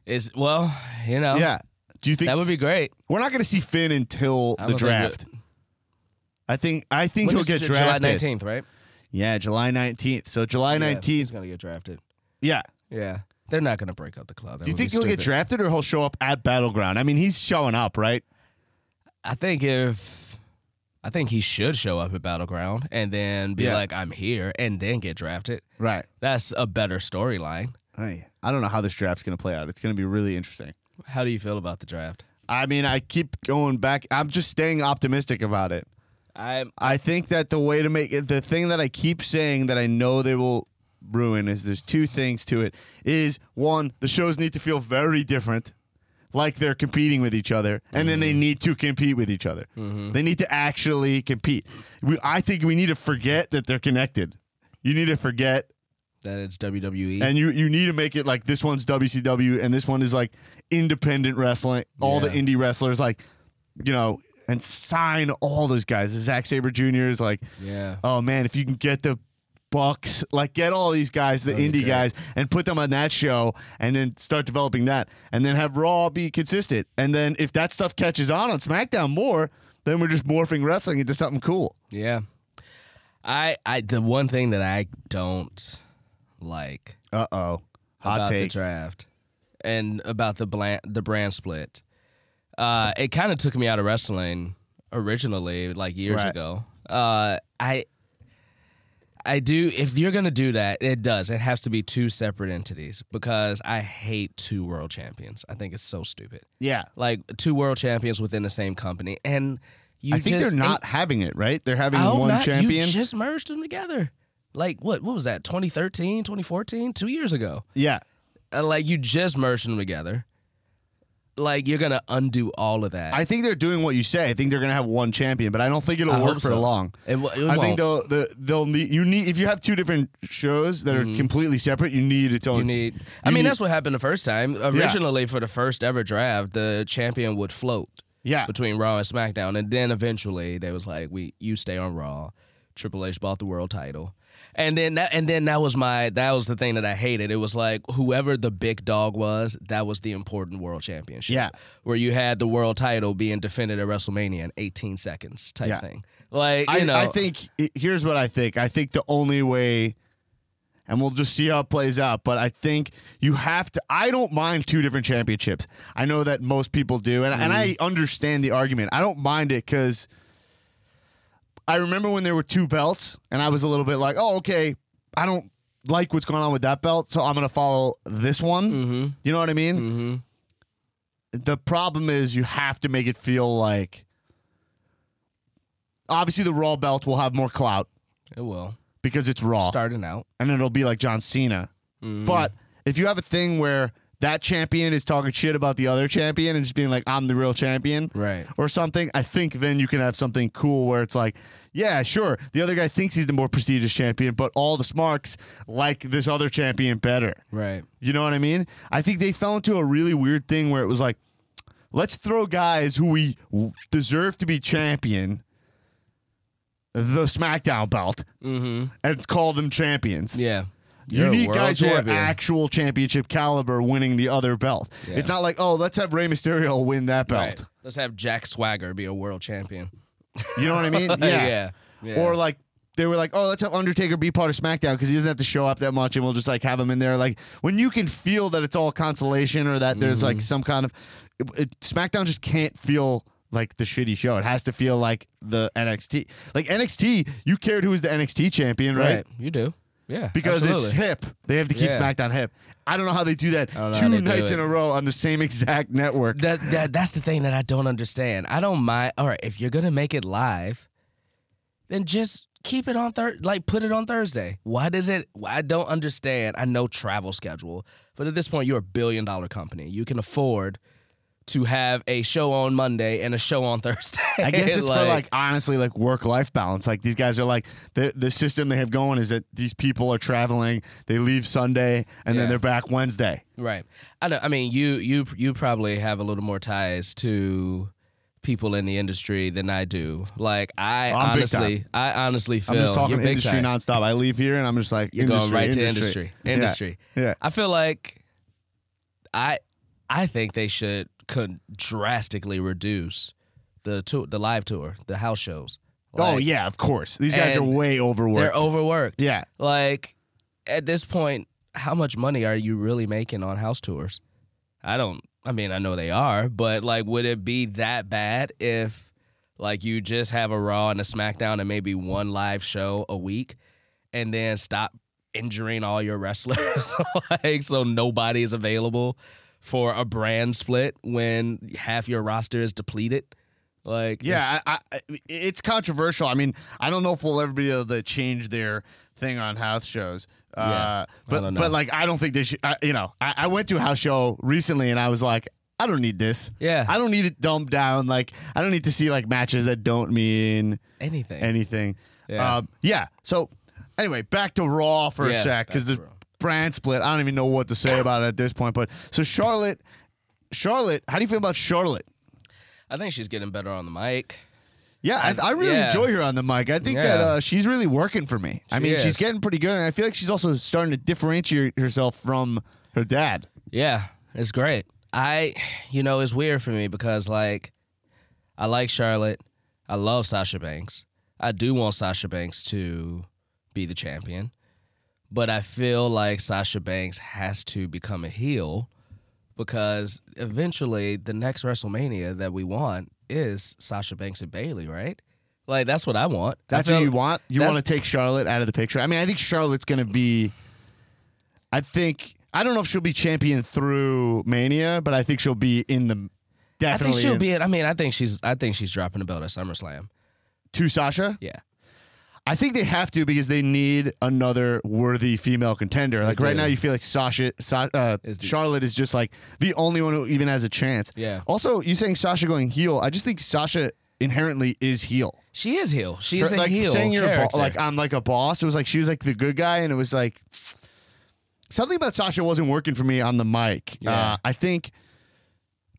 S2: Is well, you know,
S1: Yeah. Do you think
S2: Um, that would be great.
S1: we're not going to see Finn until
S2: I
S1: the
S2: don't think we-
S1: draft? I think I think
S2: When
S1: he'll
S2: is
S1: get
S2: it?
S1: drafted.
S2: July 19th, right?
S1: Yeah, July nineteenth. So July
S2: Yeah,
S1: nineteenth.
S2: he's gonna get drafted.
S1: Yeah.
S2: Yeah, they're not gonna break up the club. That
S1: Do you
S2: would be
S1: think he'll get
S2: stupid.
S1: drafted or he'll show up at battleground? I mean, he's showing up, right?
S2: I think if I think he should show up at battleground and then be
S1: Yeah.
S2: like, "I'm here," and then get drafted.
S1: Right.
S2: That's a better storyline.
S1: I I don't know how this draft's going to play out. It's going to be really interesting.
S2: How do you feel about the draft?
S1: I mean, I keep going back. I'm just staying optimistic about it.
S2: I'm
S1: I think that the way to make it, the thing that I keep saying that I know they will ruin is there's two things to it. Is one, the shows need to feel very different, like they're competing with each other, and then they need to compete with each other. They need to actually compete. We, I think we need to forget that they're connected. You need to forget,
S2: that it's E? WWE.
S1: and you you need to make it like this one's WCW and this one is like independent wrestling. All the
S2: Yeah.
S1: indie wrestlers, like you know, and sign all those guys. Zack Saber Jr. is like
S2: yeah,
S1: oh man, if you can get the Bucks, like get all these guys, the
S2: That'd be
S1: indie
S2: great.
S1: guys, and put them on that show and then start developing that. And then have Raw be consistent. And then if that stuff catches on on SmackDown more, then we're just morphing wrestling into something cool.
S2: yeah. I I the one thing that I don't like
S1: Uh oh. Hot
S2: about
S1: take.
S2: the draft and about the bland, the brand split. Uh, it kind of took me out of wrestling originally, like years
S1: Right.
S2: ago. Uh, I I do. If you're gonna do that, it does. It has to be two separate entities because I hate two world champions. I think it's so stupid.
S1: yeah.
S2: Like two world champions within the same company, and you
S1: I think
S2: just
S1: they're not having it, right? They're having
S2: I hope
S1: one
S2: not. You
S1: champion.
S2: just merged them together. Like what? What was that? 2013, 2014, two years ago
S1: yeah.
S2: uh, like you just merged them together. Like you're gonna undo all of that.
S1: I think they're doing what you say. I think they're going to have one champion, but I don't think it'll
S2: I
S1: work
S2: hope
S1: for
S2: so.
S1: long.
S2: It w- it
S1: I
S2: won't.
S1: think they'll the, they'll need you need if you have two different shows that are completely separate, you need its own
S2: Mm-hmm. you need. I
S1: you
S2: mean,
S1: need-
S2: that's what happened the first time. Originally, for the first ever draft, the champion would float
S1: Yeah.
S2: between Raw and SmackDown, and then eventually they was like, "We, you stay on Raw." Triple H bought the world title, and then that, and then that was my that was the thing that I hated. It was like whoever the big dog was, that was the important world championship.
S1: Yeah.
S2: where you had the world title being defended at WrestleMania in 18 seconds type
S1: Yeah.
S2: thing. Like you
S1: I,
S2: know,
S1: I think it- here's what I think. I think the only way, and we'll just see how it plays out. But I think you have to. I don't mind two different championships. I know that most people do, and and I understand the argument. I don't mind it because I remember when there were two belts, and I was a little bit like, oh, okay, I don't like what's going on with that belt, so I'm gonna follow this one.
S2: Mhm.
S1: You know what I mean?
S2: hmm
S1: the problem is you have to make it feel like obviously the raw belt will have more clout
S2: It will
S1: because it's raw
S2: starting out.
S1: and it'll be like John Cena. But if you have a thing where that champion is talking shit about the other champion and just being like I'm the real champion
S2: Right.
S1: or something, I think then you can have something cool where it's like, yeah, sure, the other guy thinks he's the more prestigious champion, but all the smarks like this other champion better.
S2: Right.
S1: You know what I mean? I think they fell into a really weird thing where it was like, let's throw guys who we w- deserve to be champion the SmackDown belt
S2: Mm-hmm.
S1: and call them champions.
S2: Yeah.
S1: You
S2: You're a
S1: need
S2: world
S1: guys who
S2: champion.
S1: are actual championship caliber winning the other belt.
S2: Yeah.
S1: It's not like, oh, let's have Rey Mysterio win that
S2: Right.
S1: belt.
S2: Let's have Jack Swagger be a world champion.
S1: You know what I mean?
S2: yeah. Yeah.
S1: Or like they were like, oh, let's have Undertaker be part of SmackDown because he doesn't have to show up that much, and we'll just like have him in there. Like when you can feel that it's all consolation or that there's
S2: Mm-hmm.
S1: like some kind of it, it- SmackDown just can't feel like the shitty show. It has to feel like the NXT. Like NXT, you cared who was the NXT champion, right?
S2: right. You do. Yeah.
S1: Because
S2: absolutely.
S1: it's hip. They have to keep
S2: Yeah.
S1: SmackDown hip. I don't know how they do that
S2: I don't know how
S1: two
S2: they do
S1: nights
S2: it.
S1: in a row on the same exact network.
S2: That, that that's the thing that I don't understand. I don't mind. All right, if you're gonna make it live, then just keep it on third. Like put it on Thursday. Why does it? I don't understand. I know travel schedule, but at this point, you're a billion dollar company. You can afford to have a show on Monday and a show on Thursday.
S1: I guess it's for like honestly like work life balance. Like these guys are like the the system they have going is that these people are traveling. They leave Sunday and then
S2: Yeah.
S1: they're back Wednesday.
S2: Right. I know. I mean, you you you probably have a little more ties to people in the industry than I do. Like I
S1: Oh, I'm big
S2: honestly, I honestly feel
S1: I'm just talking
S2: you're big
S1: industry
S2: time.
S1: nonstop. I leave here and I'm just like
S2: You're
S1: industry,
S2: going right to
S1: industry.
S2: industry. Industry.
S1: Yeah.
S2: I feel like I I think they should con- drastically reduce the tour, the live tour, the house shows.
S1: oh
S2: Like,
S1: yeah, of course. These guys are
S2: And
S1: way
S2: They're
S1: overworked.
S2: overworked.
S1: yeah.
S2: Like at this point, how much money are you really making on house tours? I don't I mean, I know they are, but like would it be that bad if like you just have a Raw and a SmackDown and maybe one live show a week and then stop injuring all your wrestlers like so nobody is available for a brand split when half your roster is depleted? Like
S1: Yeah,
S2: it's-
S1: I, I, it's controversial. I mean, I don't know if we'll ever be able to change their thing on house shows.
S2: Yeah,
S1: Uh, but
S2: don't know.
S1: but like I don't think they should. I, you know, I, I went to a house show recently and I was like, I don't need this.
S2: yeah,
S1: I don't need it dumbed down. Like I don't need to see like matches that don't mean
S2: anything.
S1: anything.
S2: Yeah.
S1: Um, yeah. So anyway, back to Raw for
S2: Yeah,
S1: a sec
S2: back
S1: because
S2: to
S1: the
S2: Raw.
S1: brand split. I don't even know what to say about it at this point. But so Charlotte, Charlotte, how do you feel about Charlotte?
S2: I think she's getting better on the mic.
S1: Yeah, I, I really
S2: yeah.
S1: enjoy her on the mic. I think that
S2: Yeah.
S1: uh, she's really working for me. I
S2: She
S1: mean, she's
S2: is.
S1: getting pretty good, and I feel like she's also starting to differentiate herself from her dad.
S2: Yeah, it's great. I, you know, it's weird for me because like, I like Charlotte. I love Sasha Banks. I do want Sasha Banks to be the champion, but I feel like Sasha Banks has to become a heel because eventually the next WrestleMania that we want is Sasha Banks and Bailey, right? Like that's what I want. I
S1: That's
S2: feel-
S1: what you want. You
S2: that's-
S1: want to take Charlotte out of the picture. I mean, I think Charlotte's going to be. I think I don't know if she'll be champion through Mania, but I think she'll be in the
S2: I
S1: definitely
S2: think she'll
S1: in-
S2: be it. I mean, I think she's. I think she's dropping the belt at SummerSlam.
S1: to Sasha.
S2: Yeah.
S1: I think they have to because they need another worthy female contender. Like right
S2: do.
S1: now, you feel like Sasha, Sa- uh,
S2: Is the-
S1: Charlotte is just like the only one who even has a chance.
S2: Yeah.
S1: Also, you saying Sasha going heel? I just think Sasha inherently is heel.
S2: She is heel. She is
S1: Her-
S2: a
S1: like
S2: heel
S1: saying you're a
S2: character.
S1: bo- like I'm like a boss. It was like she was like the good guy, and it was like something about Sasha wasn't working for me on the mic.
S2: Yeah.
S1: Uh, I think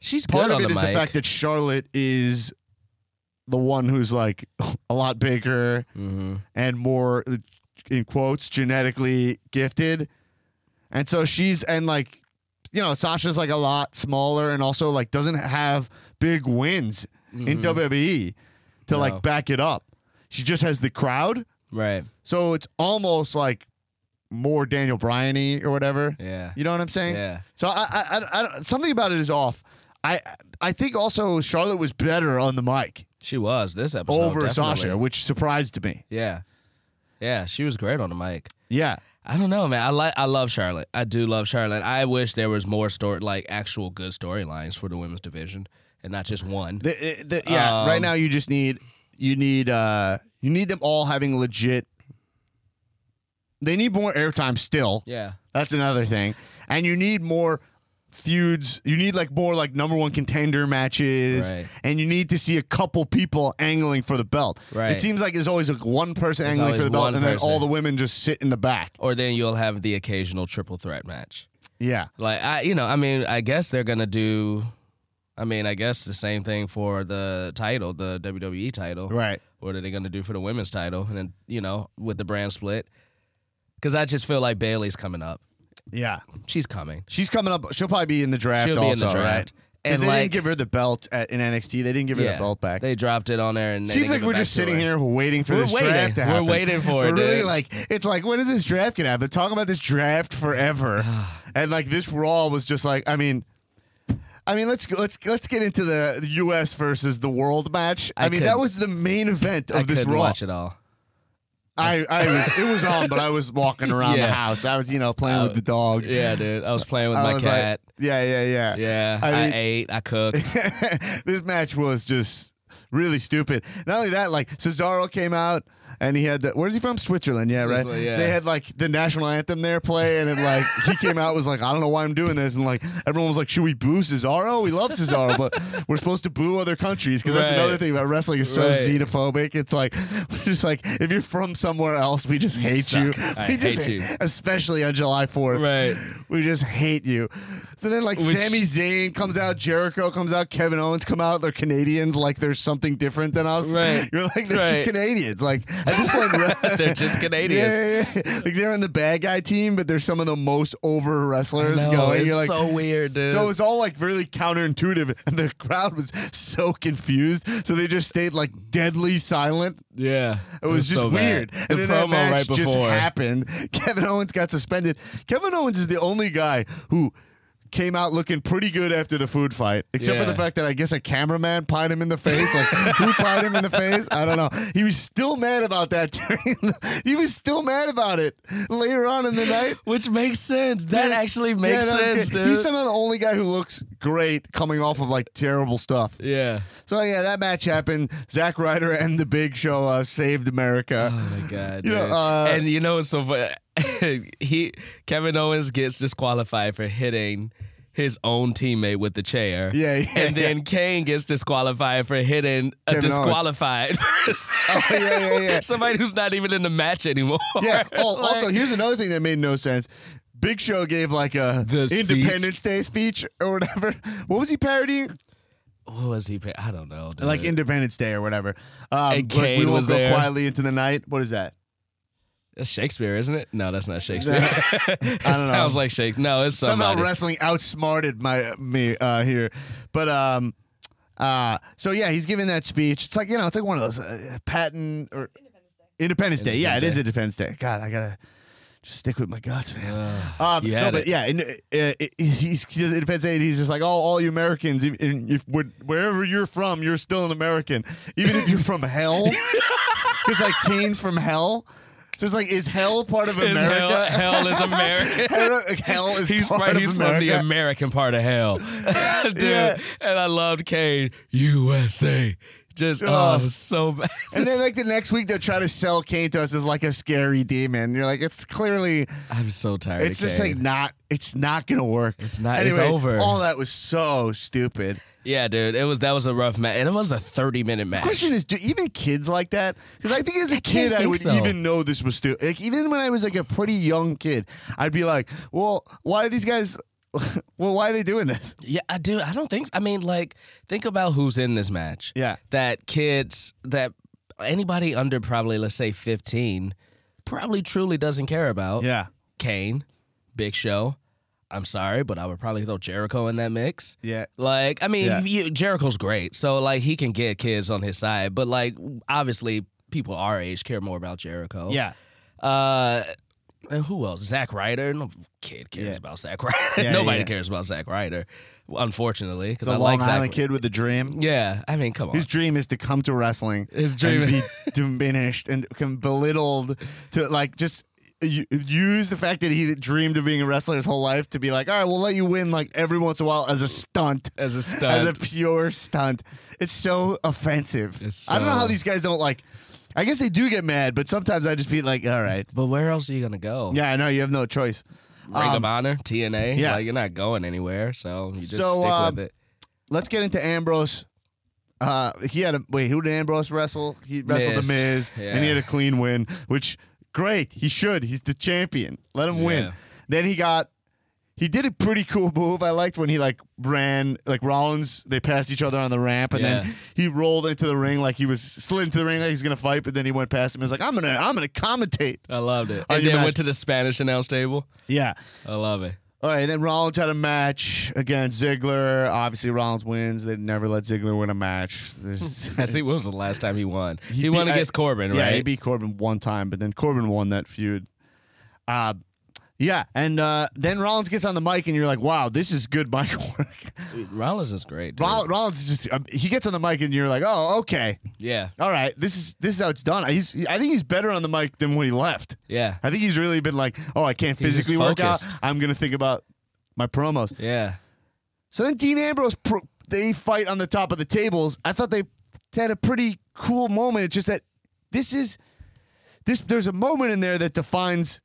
S2: she's
S1: part
S2: good
S1: of
S2: on
S1: it
S2: the
S1: is
S2: mic.
S1: the fact that Charlotte is the one who's like a lot bigger
S2: hmm
S1: and more uh, in quotes genetically gifted, and so she's and like. You know, Sasha's like a lot smaller and also like doesn't have big wins
S2: Mm-hmm.
S1: in WWE to
S2: No.
S1: like back it up. She just has the crowd,
S2: Right.
S1: so it's almost like more Daniel Bryany or whatever.
S2: Yeah.
S1: You know what I'm saying?
S2: Yeah.
S1: So I, I, I, I don't- something about it is off. I, I think also Charlotte was better on the mic
S2: She was this episode
S1: over
S2: definitely.
S1: Sasha, which surprised me.
S2: Yeah. Yeah. She was great on the mic.
S1: Yeah,
S2: I don't know, man. I like. I love Charlotte. I do love Charlotte. I wish there was more story, like actual good storylines for the women's division, and not just one.
S1: The- the- yeah.
S2: Um,
S1: right now, you just need, you need, uh, you need them all having legit. They need more airtime still.
S2: Yeah.
S1: That's another thing. And you need more feuds. You need like more like number one contender matches.
S2: Right.
S1: And you need to see a couple people angling for the belt. It
S2: Right.
S1: seems like there's always like one person
S2: There's
S1: angling for
S2: always
S1: the belt
S2: one
S1: and then all
S2: person.
S1: the women just sit in the back.
S2: Or then you'll have the occasional triple threat match.
S1: Yeah.
S2: Like I, you know, I mean, I guess they're gonna do. I mean, I guess the same thing for the title, the WWE title.
S1: Right.
S2: What are they going to do for the women's title? And then, you know, with the brand split. Because I just feel like Bailey's coming up.
S1: Yeah.
S2: She's coming.
S1: She's coming up. She'll probably be in the draft
S2: She'll be
S1: also,
S2: in the draft.
S1: right? And
S2: And,
S1: they
S2: like-
S1: didn't give her the belt at, in NXT. They didn't give her the belt back.
S2: They dropped it on her. and they
S1: Seems
S2: didn't
S1: like
S2: give it
S1: we're
S2: back
S1: just
S2: to
S1: sitting
S2: her.
S1: here waiting for
S2: We're
S1: this
S2: waiting.
S1: draft to
S2: We're
S1: happen.
S2: waiting for it,
S1: We're really
S2: dude.
S1: like, it's like, when is this draft gonna happen? Talking about this draft forever, and like this Raw was just like, I mean, I mean, let's go, let's let's get into the U.S. versus the world match. I,
S2: I
S1: mean,
S2: couldn't-
S1: that was the main event of
S2: I
S1: this
S2: couldn't
S1: Raw.
S2: watch it all.
S1: I, I was, it was on, but I was walking around the
S2: Yeah. Uh,
S1: house. I was, you know, playing with the dog.
S2: Yeah, dude. I was playing with
S1: I
S2: my
S1: was
S2: cat.
S1: like, yeah, yeah, yeah.
S2: yeah.
S1: I
S2: I,
S1: mean-
S2: ate. I cooked.
S1: this match was just really stupid. Not only that, like Cesaro came out and he had the where's he from? Switzerland, yeah, right.
S2: Switzerland, yeah.
S1: They had like the national anthem there play, and then like he came out was like, I don't know why I'm doing this, and like everyone was like, should we boo Cesaro? We love Cesaro, but we're supposed to boo other countries because that's
S2: Right.
S1: another thing about wrestling is so
S2: Right.
S1: xenophobic. It's like we're just like if you're from somewhere else, we just hate you.
S2: suck. I
S1: we just
S2: hate you.
S1: especially on July 4th.
S2: Right.
S1: We just hate you. So then, like,
S2: Which-
S1: Sami Zayn comes out, Jericho comes out, Kevin Owens come out. They're Canadians. Like, there's something different than us.
S2: Right.
S1: You're like, they're just
S2: Right.
S1: Canadians. Like, at this point, re-
S2: They're just Canadians.
S1: yeah, yeah, yeah. Like, they're in the bad guy team, but they're some of the most over wrestlers
S2: No,
S1: going.
S2: it's
S1: You're like,
S2: so weird, dude.
S1: so it was all like really counterintuitive, and the crowd was so confused. So they just stayed like deadly silent.
S2: yeah,
S1: It was, just
S2: so bad.
S1: weird.
S2: The
S1: and then that
S2: promo
S1: match
S2: right
S1: just
S2: before.
S1: happened. Kevin Owens got suspended. Kevin Owens is the only guy who came out looking pretty good after the food fight, except for
S2: Yeah.
S1: the fact that I guess a cameraman pied him in the face. Like who pied him in the face? I don't know. He was still mad about that. During the, he was still mad about it later on in the night.
S2: Which makes sense. That
S1: Yeah.
S2: actually
S1: Yeah,
S2: makes
S1: that was
S2: sense,
S1: great.
S2: dude.
S1: He's somehow the only guy who looks great coming off of like terrible stuff.
S2: yeah.
S1: So yeah, that match happened. Zack Ryder and the Big Show uh, saved America.
S2: Oh my god.
S1: You know,
S2: dude.
S1: uh,
S2: and you know what's so funny? he Kevin Owens gets disqualified for hitting his own teammate with the chair.
S1: Yeah, yeah,
S2: And then Kane gets disqualified for hitting a
S1: Kevin Owens.
S2: disqualified person.
S1: Oh, yeah, yeah, yeah.
S2: Somebody who's not even in the match anymore.
S1: Yeah. Oh, also,
S2: Like,
S1: here's another thing that made no sense. Big Show gave like a
S2: The speech.
S1: Independence Day speech or whatever. What was he parodying?
S2: what was he? pa- I don't know. Dude.
S1: Like Independence Day or whatever. Um,
S2: And
S1: like, we
S2: Uh, Kane
S1: will
S2: was
S1: go
S2: there.
S1: quietly into the night. What is that?
S2: That's Shakespeare, isn't it? No, that's not Shakespeare. it
S1: know.
S2: sounds like Shakespeare. No, it's
S1: Somehow
S2: somebody.
S1: wrestling outsmarted my me uh, here, but um, uh, so yeah, he's giving that speech. It's like you know, it's like one of those uh, patent or Independence Day. Yeah, it is Independence Day. God, I gotta just stick with my guts, man.
S2: Ugh,
S1: Um,
S2: you
S1: no,
S2: had
S1: but
S2: it.
S1: yeah, and, uh, it, he's, he does Independence Day, and he's just like, oh, all you Americans, if, and if we're- wherever you're from, you're still an American, even if you're from hell. It's like Kane's from hell. So it's like, is hell part of
S2: Is
S1: America?
S2: hell, hell is America.
S1: I don't know, like, hell is
S2: He's
S1: part
S2: right.
S1: of
S2: He's from the
S1: America.
S2: American part of hell, dude.
S1: Yeah.
S2: And I loved Kane, USA. Just oh,
S1: Oh.
S2: so bad.
S1: and then like the next week they'll try to sell Kane to us as like a scary demon. You're like, it's clearly
S2: I'm so tired.
S1: it's
S2: of
S1: just
S2: Kane.
S1: like not it's not gonna work.
S2: It's not- it's over.
S1: All that was so stupid.
S2: yeah, dude. It was that was a rough match, and it was a 30 minute match.
S1: Question is, do even kids like that? Because I think as a kid, I
S2: think
S1: would
S2: so.
S1: even know this was stupid. Like even when I was like a pretty young kid, I'd be like, "Well, why are these guys? well, why are they doing this?"
S2: Yeah, I do. I don't think. I mean, like, think about who's in this match.
S1: Yeah.
S2: that kids, that anybody under probably let's say 15, probably truly doesn't care about.
S1: Yeah,
S2: Kane, Big Show. I'm sorry, but I would probably throw Jericho in that mix.
S1: yeah.
S2: Like, I mean,
S1: Yeah.
S2: you, Jericho's great, so like he can get kids on his side. But like, obviously, people our age care more about Jericho.
S1: Yeah,
S2: Uh, and who else? Zack Ryder. No kid cares
S1: Yeah.
S2: about Zack Ryder.
S1: Yeah,
S2: Nobody
S1: yeah.
S2: cares about Zack Ryder, unfortunately, because
S1: the
S2: I
S1: Long
S2: like Zack.
S1: Island kid with a dream.
S2: Yeah, I mean, come on.
S1: His dream is to come to wrestling.
S2: His dream-
S1: and be diminished and com- belittled to like just u- use the fact that he dreamed of being a wrestler his whole life to be like, all right, we'll let you win like every once in a while as a stunt.
S2: as
S1: as
S2: a
S1: a
S2: stunt,
S1: pure stunt. It's so offensive.
S2: It's
S1: I don't know
S2: so-
S1: how these guys don't like. I guess they do get mad, but sometimes I just be like, all right,
S2: but where else are you gonna go?
S1: yeah, I know you have no choice.
S2: Ring
S1: Um,
S2: of Honor, TNA.
S1: yeah.
S2: like you're not going anywhere, so you just
S1: So,
S2: stick
S1: um,
S2: with it.
S1: let's get into Ambrose. Uh, he had a wait. Who did Ambrose wrestle? He wrestled
S2: Miz.
S1: the Miz, and he
S2: Yeah.
S1: had a clean win, which great. He should. He's the champion. Let him
S2: Yeah.
S1: win. Then he got he did a pretty cool move. I liked when he like ran like Rollins. They passed each other on the ramp, and
S2: Yeah.
S1: then he rolled into the ring like he was slid into the ring like he's gonna fight. But then he went past him. and was like, I'm gonna I'm gonna commentate.
S2: I loved it.
S1: Oh,
S2: And
S1: you
S2: then
S1: match-
S2: went to the Spanish announce table.
S1: Yeah.
S2: I love it.
S1: All right, then Rollins had a match against Ziggler. Obviously, Rollins wins. They never let Ziggler win a match. There's,
S2: I see. When was the last time he won? He,
S1: beat-
S2: won
S1: I-
S2: against Corbin,
S1: yeah,
S2: right?
S1: he beat Corbin one time, but then Corbin won that feud. Uh, yeah, and uh, then Rollins gets on the mic, and you're like, "Wow, this is good mic work."
S2: Mm-hmm. Rollins is great. dude.
S1: Roll- Rollins is just um, he gets on the mic, and you're like, "Oh, okay,
S2: yeah,
S1: all right, this is this is how it's done." He's I think he's better on the mic than when he left.
S2: yeah,
S1: I think he's really been like, "Oh, I can't
S2: He's just
S1: physically work out.
S2: focused.
S1: I'm gonna think about my promos."
S2: yeah.
S1: So then Dean Ambrose, pro- they fight on the top of the tables. I thought they had a pretty cool moment. It's just that this is this. There's a moment in there that defines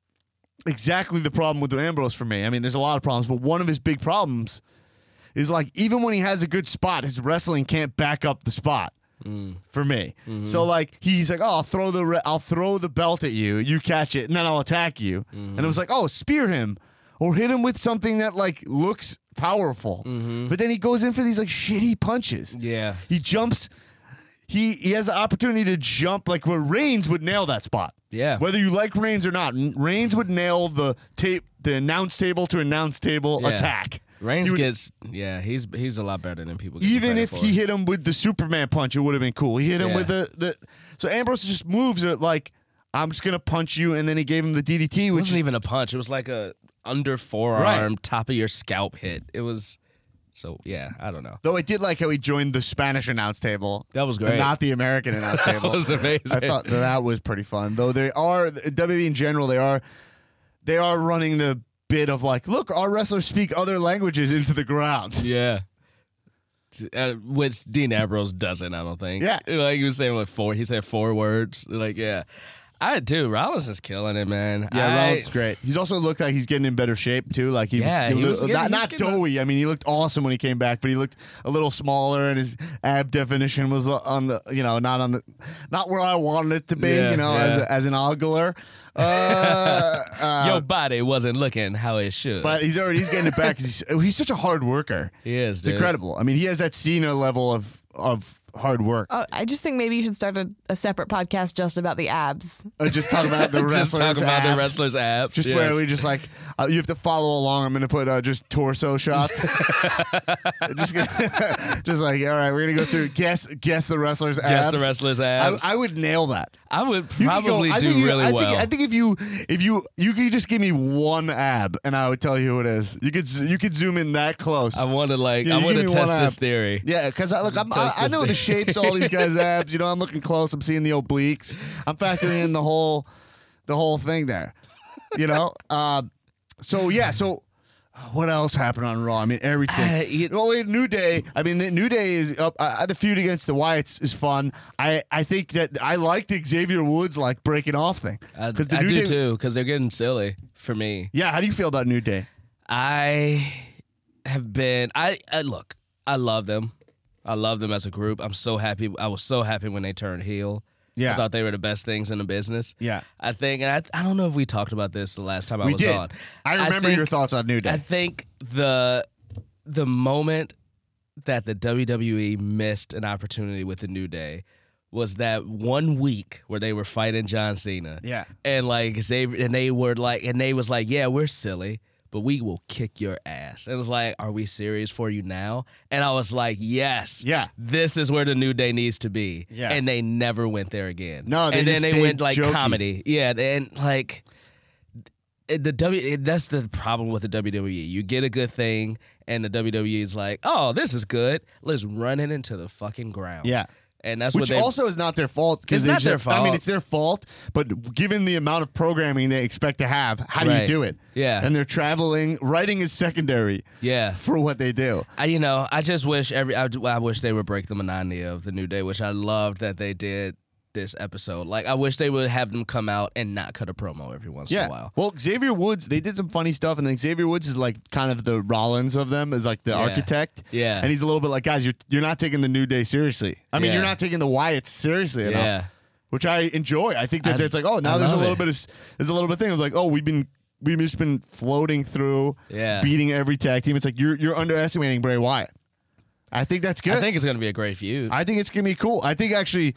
S1: exactly the problem with Ambrose for me. I mean, there's a lot of problems, but one of his big problems is like even when he has a good spot, his wrestling can't back up the spot. For me, so like he's like, oh, I'll throw the re- I'll throw the belt at you, you catch it, and then I'll attack you. And it was like, oh, spear him, or hit him with something that like looks powerful. But then he goes in for these like shitty punches.
S2: Yeah.
S1: He jumps. He he has the opportunity to jump like where Reigns would nail that spot.
S2: Yeah.
S1: Whether you like Reigns or not, N- Reigns would nail the tape, the announce table to announce table
S2: Yeah.
S1: attack.
S2: Reigns
S1: He would-
S2: gets yeah. He's he's a lot better than people. Give him
S1: even
S2: credit
S1: if
S2: for.
S1: he hit him with the Superman punch, it would have been cool. He hit him
S2: Yeah.
S1: with the the. So Ambrose just moves it like I'm just gonna punch you, and then he gave him the DDT,
S2: it
S1: which
S2: wasn't even a punch. It was like a under forearm, top of your scalp hit. It was so yeah. I don't know.
S1: Though I did like how he joined the Spanish announce table.
S2: That was
S1: and
S2: great.
S1: Not the American announce table.
S2: was amazing.
S1: I thought that, that was pretty fun. Though they are WWE in general, they are they are running the bit of like, look, our wrestlers speak other languages into the ground.
S2: Yeah. Uh, which Dean Ambrose doesn't, I don't think.
S1: Yeah.
S2: like he was saying, like four. He said four words. Like, yeah, I do. Rollins is killing it, man.
S1: Yeah,
S2: I-
S1: Rollins is great. He's also looked like he's getting in better shape too. Like he
S2: Yeah,
S1: was,
S2: he was
S1: not,
S2: getting- he was
S1: not
S2: getting-
S1: doughy. I mean, he looked awesome when he came back, but he looked a little smaller, and his ab definition was on the you know not on the not where I wanted it to be.
S2: Yeah,
S1: you know, as
S2: yeah.
S1: a, as an ogler. Uh, uh,
S2: Your body wasn't looking how it should.
S1: but he's already he's getting it back. 'cause He's, he's such a hard worker.
S2: he is.
S1: It's incredible. I mean, he has that Cena level of of hard work.
S3: Oh, I just think maybe you should start a, a separate podcast just about the abs.
S1: Uh, just talk about the wrestlers.
S2: Just talk about the
S1: abs.
S2: wrestler's app.
S1: Just
S2: yes.
S1: where we just like uh, you have to follow along. I'm gonna put uh, just torso shots. just, gonna, just like all right, we're gonna go through guess guess the wrestlers.
S2: Guess the
S1: abs.
S2: wrestler's
S1: I,
S2: abs. I,
S1: I would nail that. You
S2: would
S1: could go-
S2: probably
S1: I
S2: do
S1: think you-
S2: really
S1: I think,
S2: well.
S1: I think if you if you you could just give me one ab and I would tell you who it is. You could z- you could zoom in that close.
S2: I want to like.
S1: Yeah,
S2: I
S1: you
S2: want to
S1: give me one
S2: test this
S1: app.
S2: theory.
S1: Yeah, because I look, I'm, I,
S2: Test
S1: I
S2: this
S1: know the
S2: thing.
S1: shapes of all these guys' abs. You know, I'm looking close. I'm seeing the obliques. I'm factoring in the whole, the whole thing there. You know, um, so yeah, so uh, what else happened on Raw? I mean, everything.
S2: Uh, you-
S1: well, wait, New Day. I mean, the New Day is up. Uh, the feud against the Wyatts is fun. I I think that I liked Xavier Woods like breaking off thing
S2: I, I
S1: because the New
S2: do
S1: Day.
S2: too because they're getting silly for me.
S1: Yeah, how do you feel about New Day?
S2: I have been. I, I look. I love them. I love them as a group. I'm so happy. I was so happy when they turned heel.
S1: Yeah.
S2: I thought they were the best things in the business.
S1: Yeah.
S2: I think, and I, I don't know if we talked about this the last time I
S1: We
S2: was
S1: did.
S2: on.
S1: I remember
S2: think-
S1: your thoughts on New Day.
S2: I think the the moment that the WWE missed an opportunity with the New Day was that one week where they were fighting John Cena.
S1: Yeah.
S2: And like Xavier and they were like and they was like, Yeah, we're silly, but we will kick your ass. And it was like, Are we serious for you now? And I was like, Yes.
S1: Yeah.
S2: This is where the New Day needs to be.
S1: Yeah.
S2: And they never went there again.
S1: No, they
S2: And
S1: just
S2: then they
S1: stayed
S2: went like
S1: jokey.
S2: comedy. Yeah. And like it- the W it- that's the problem with the WWE. You get a good thing and the WWE is like, "Oh, this is good. Let's run it into the fucking ground."
S1: Yeah.
S2: And that's
S1: Which
S2: what they
S1: also is not their fault. 'cause
S2: It's
S1: they
S2: not their
S1: just- I mean,
S2: fault.
S1: it's their fault, but given the amount of programming they expect to have, how do you
S2: Right.
S1: do it?
S2: Yeah.
S1: And they're traveling. Writing is secondary
S2: Yeah.
S1: for what they do.
S2: I, you know, I just wish every I, I wish they would break the monotony of the New Day, which I loved that they did this episode. Like I wish they would have them come out and not cut a promo every once
S1: Yeah.
S2: in a while.
S1: Well, Xavier Woods, they did some funny stuff, and then Xavier Woods is like kind of the Rollins of them, is like the architect.
S2: Yeah.
S1: And he's a little bit like, guys, you're you're not taking the New Day seriously. I mean,
S2: Yeah.
S1: you're not taking the Wyatts seriously enough.
S2: Yeah.
S1: Which I enjoy. I think that
S2: I-
S1: that's like, oh, now
S2: I
S1: there's a
S2: love
S1: little
S2: it.
S1: bit of s- there's a little bit thing of like, oh, we've been we've just been floating through,
S2: Yeah.
S1: beating every tag team. It's like you're you're underestimating Bray Wyatt. I think that's good.
S2: I think it's gonna be a great feud.
S1: I think it's gonna be cool. I think actually,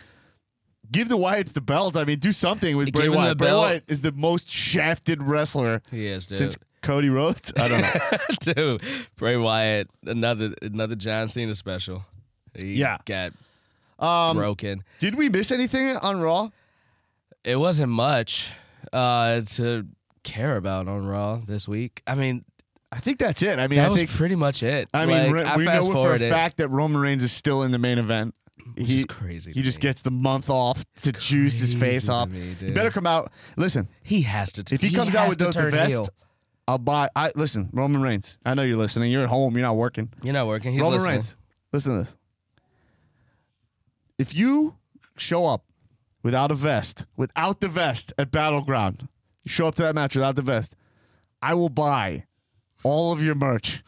S1: give the Wyatts the belt. I mean, do something with
S2: Give
S1: Bray
S2: him the
S1: Wyatt. Bray
S2: belt.
S1: Wyatt is the most shafted wrestler
S2: he is, dude.
S1: since Cody Rhodes. I don't know.
S2: dude, Bray Wyatt, another another John Cena special. He
S1: Yeah.
S2: got
S1: Um,
S2: broken.
S1: Did we miss anything on Raw?
S2: It wasn't much uh, to care about on Raw this week. I mean,
S1: I think that's it. I mean,
S2: that
S1: I
S2: was
S1: think.
S2: pretty much it.
S1: I mean,
S2: Like,
S1: re-
S2: I
S1: we know
S2: fast
S1: for a
S2: forwarded,
S1: fact that Roman Reigns is still in the main event.
S2: which
S1: he
S2: is crazy.
S1: he
S2: to
S1: just
S2: me.
S1: gets the month off to juice his
S2: crazy
S1: face
S2: to
S1: off.
S2: me,
S1: He
S2: dude.
S1: better come out. Listen,
S2: He has to.
S1: if he, comes out
S2: has
S1: with
S2: to
S1: those the
S2: turn
S1: vest,
S2: heel.
S1: I'll buy. I listen, Roman Reigns. I know you're listening. You're at home. You're not working.
S2: you're not working. He's
S1: Roman
S2: listening.
S1: Reigns, listen to this. If you show up without a vest, without the vest at Battleground, you show up to that match without the vest, I will buy all of your merch.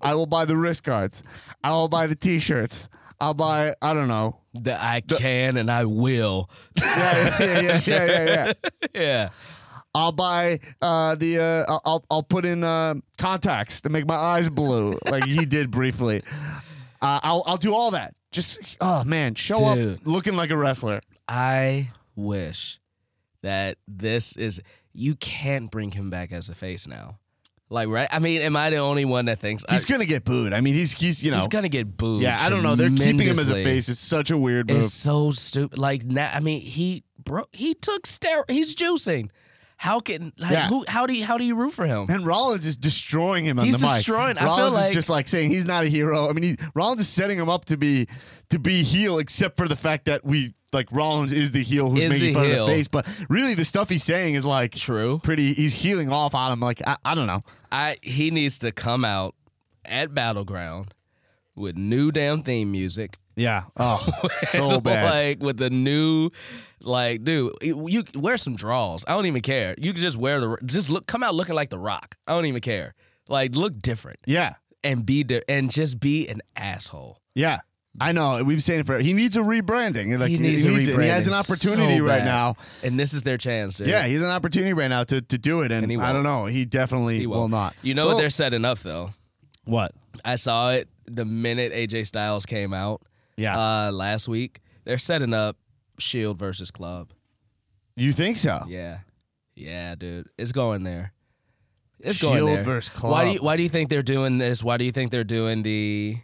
S1: I will buy the wrist guards. I will buy the t-shirts. I'll buy, I don't know.
S2: That I can and I will.
S1: Yeah, yeah, yeah, yeah, yeah, yeah, yeah.
S2: yeah.
S1: I'll buy uh, the. Uh, I'll- I'll I'll put in uh, contacts to make my eyes blue, like he did briefly. Uh, I'll I'll do all that. Just oh man, show up
S2: Dude.
S1: looking like a wrestler.
S2: I wish that this is you can't bring him back as a face now. Like right? I mean, am I the only one that thinks
S1: He's
S2: I,
S1: gonna get booed. I mean, he's he's you know.
S2: he's gonna get booed?
S1: yeah, I don't know. They're keeping him as a
S2: tremendously.
S1: face. It's such a weird move.
S2: It's so stupid. Like now, I mean, he bro, he took steroids. He's juicing. How can like
S1: Yeah.
S2: who? How do you how do you root for him?
S1: and Rollins is destroying him on
S2: He's
S1: the mic.
S2: destroying- I feel
S1: Rollins is
S2: like-
S1: just like saying he's not a hero. I mean, he, Rollins is setting him up to be to be heel, except for the fact that we like Rollins is the heel who's
S2: Is
S1: making
S2: the
S1: fun
S2: heel.
S1: of the face. But really, the stuff he's saying is like
S2: True.
S1: pretty. He's healing off on him. Like I, I don't know.
S2: I he needs to come out at battleground with new damn theme music.
S1: Yeah. Oh, so bad.
S2: like with the new, like dude, you you wear some draws. I don't even care. You can just wear the just look come out looking like the Rock. I don't even care. Like look different
S1: Yeah.
S2: and be di- and just be an asshole.
S1: Yeah. I know. We've been saying it forever. He needs a rebranding. Like,
S2: he needs a
S1: it. And He has an
S2: rebranding
S1: opportunity
S2: so
S1: right
S2: bad.
S1: now.
S2: and this is their chance. Dude.
S1: Yeah, he has an opportunity right now to, to do it, and,
S2: And he
S1: I don't
S2: won't.
S1: know. He definitely
S2: He
S1: will
S2: won't.
S1: not.
S2: You know
S1: So-
S2: what they're setting up though.
S1: what?
S2: I saw it the minute AJ Styles came out
S1: Yeah.
S2: uh, last week. They're setting up Shield versus Club.
S1: you think so?
S2: Yeah, yeah, dude, it's going there. It's going
S1: Shield
S2: there.
S1: versus Club.
S2: Why do you, why do you think they're doing this? Why do you think they're doing the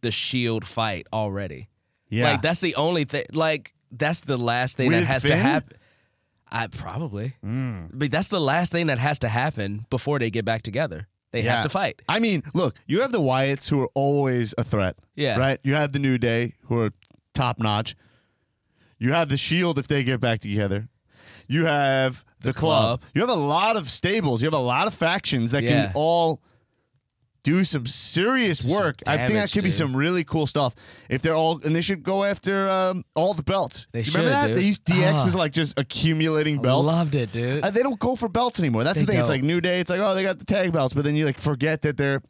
S2: the Shield fight already?
S1: yeah.
S2: Like that's the only thing. Like that's the last thing
S1: With
S2: that has to
S1: Finn? Hmm.
S2: happen. I probably, but that's the last thing that has to happen before they get back together. They
S1: Yeah.
S2: have to fight.
S1: I mean, look, you have the Wyatts who are always a threat.
S2: Yeah.
S1: Right? You have the New Day who are top notch. You have the Shield if they get back together. You have the, club.
S2: Club.
S1: You have a lot of stables. You have a lot of factions that
S2: Yeah.
S1: can all do some serious
S2: some
S1: work. I think that
S2: damage,
S1: could be
S2: dude.
S1: some really cool stuff if they're all and they should go after um, all the belts.
S2: They
S1: you remember
S2: should,
S1: that?
S2: dude.
S1: They used DX
S2: Ah.
S1: was like just accumulating belts.
S2: Loved it, dude.
S1: Uh, they don't go for belts anymore. That's
S2: They
S1: the thing. It's
S2: don't.
S1: like New Day. It's like oh, they got the tag belts, but then you like forget that they're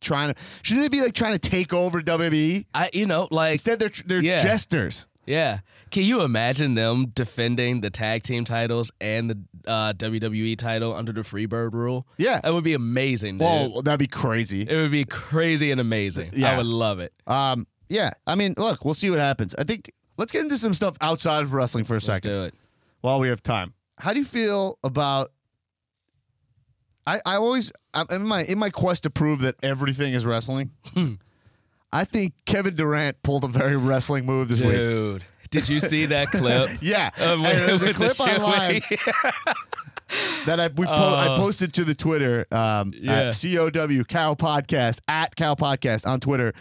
S1: trying to. Shouldn't they be like trying to take over WWE?
S2: I, you know, like
S1: Instead, they're they're
S2: Yeah.
S1: jesters.
S2: Yeah. Can you imagine them defending the tag team titles and the uh, WWE title under the Freebird rule?
S1: Yeah.
S2: That would be amazing, dude.
S1: Whoa, that'd be crazy.
S2: It would be crazy and amazing.
S1: Yeah.
S2: I would love it.
S1: Um, yeah. I mean, look, we'll see what happens. I think let's get into some stuff outside of wrestling for a
S2: Let's
S1: second
S2: do it.
S1: while we have time. How do you feel about? I I always I'm in my in my quest to prove that everything is wrestling.
S2: Hmm.
S1: I think Kevin Durant pulled a very wrestling move this week.
S2: Dude, did you see that clip?
S1: Yeah,
S2: of when-
S1: and there's a
S2: with the
S1: clip
S2: shit
S1: online
S2: wig?
S1: that I we po- I
S2: Uh,
S1: posted to the Twitter um,
S2: Yeah.
S1: at COW Cow Podcast at Cow Podcast on Twitter.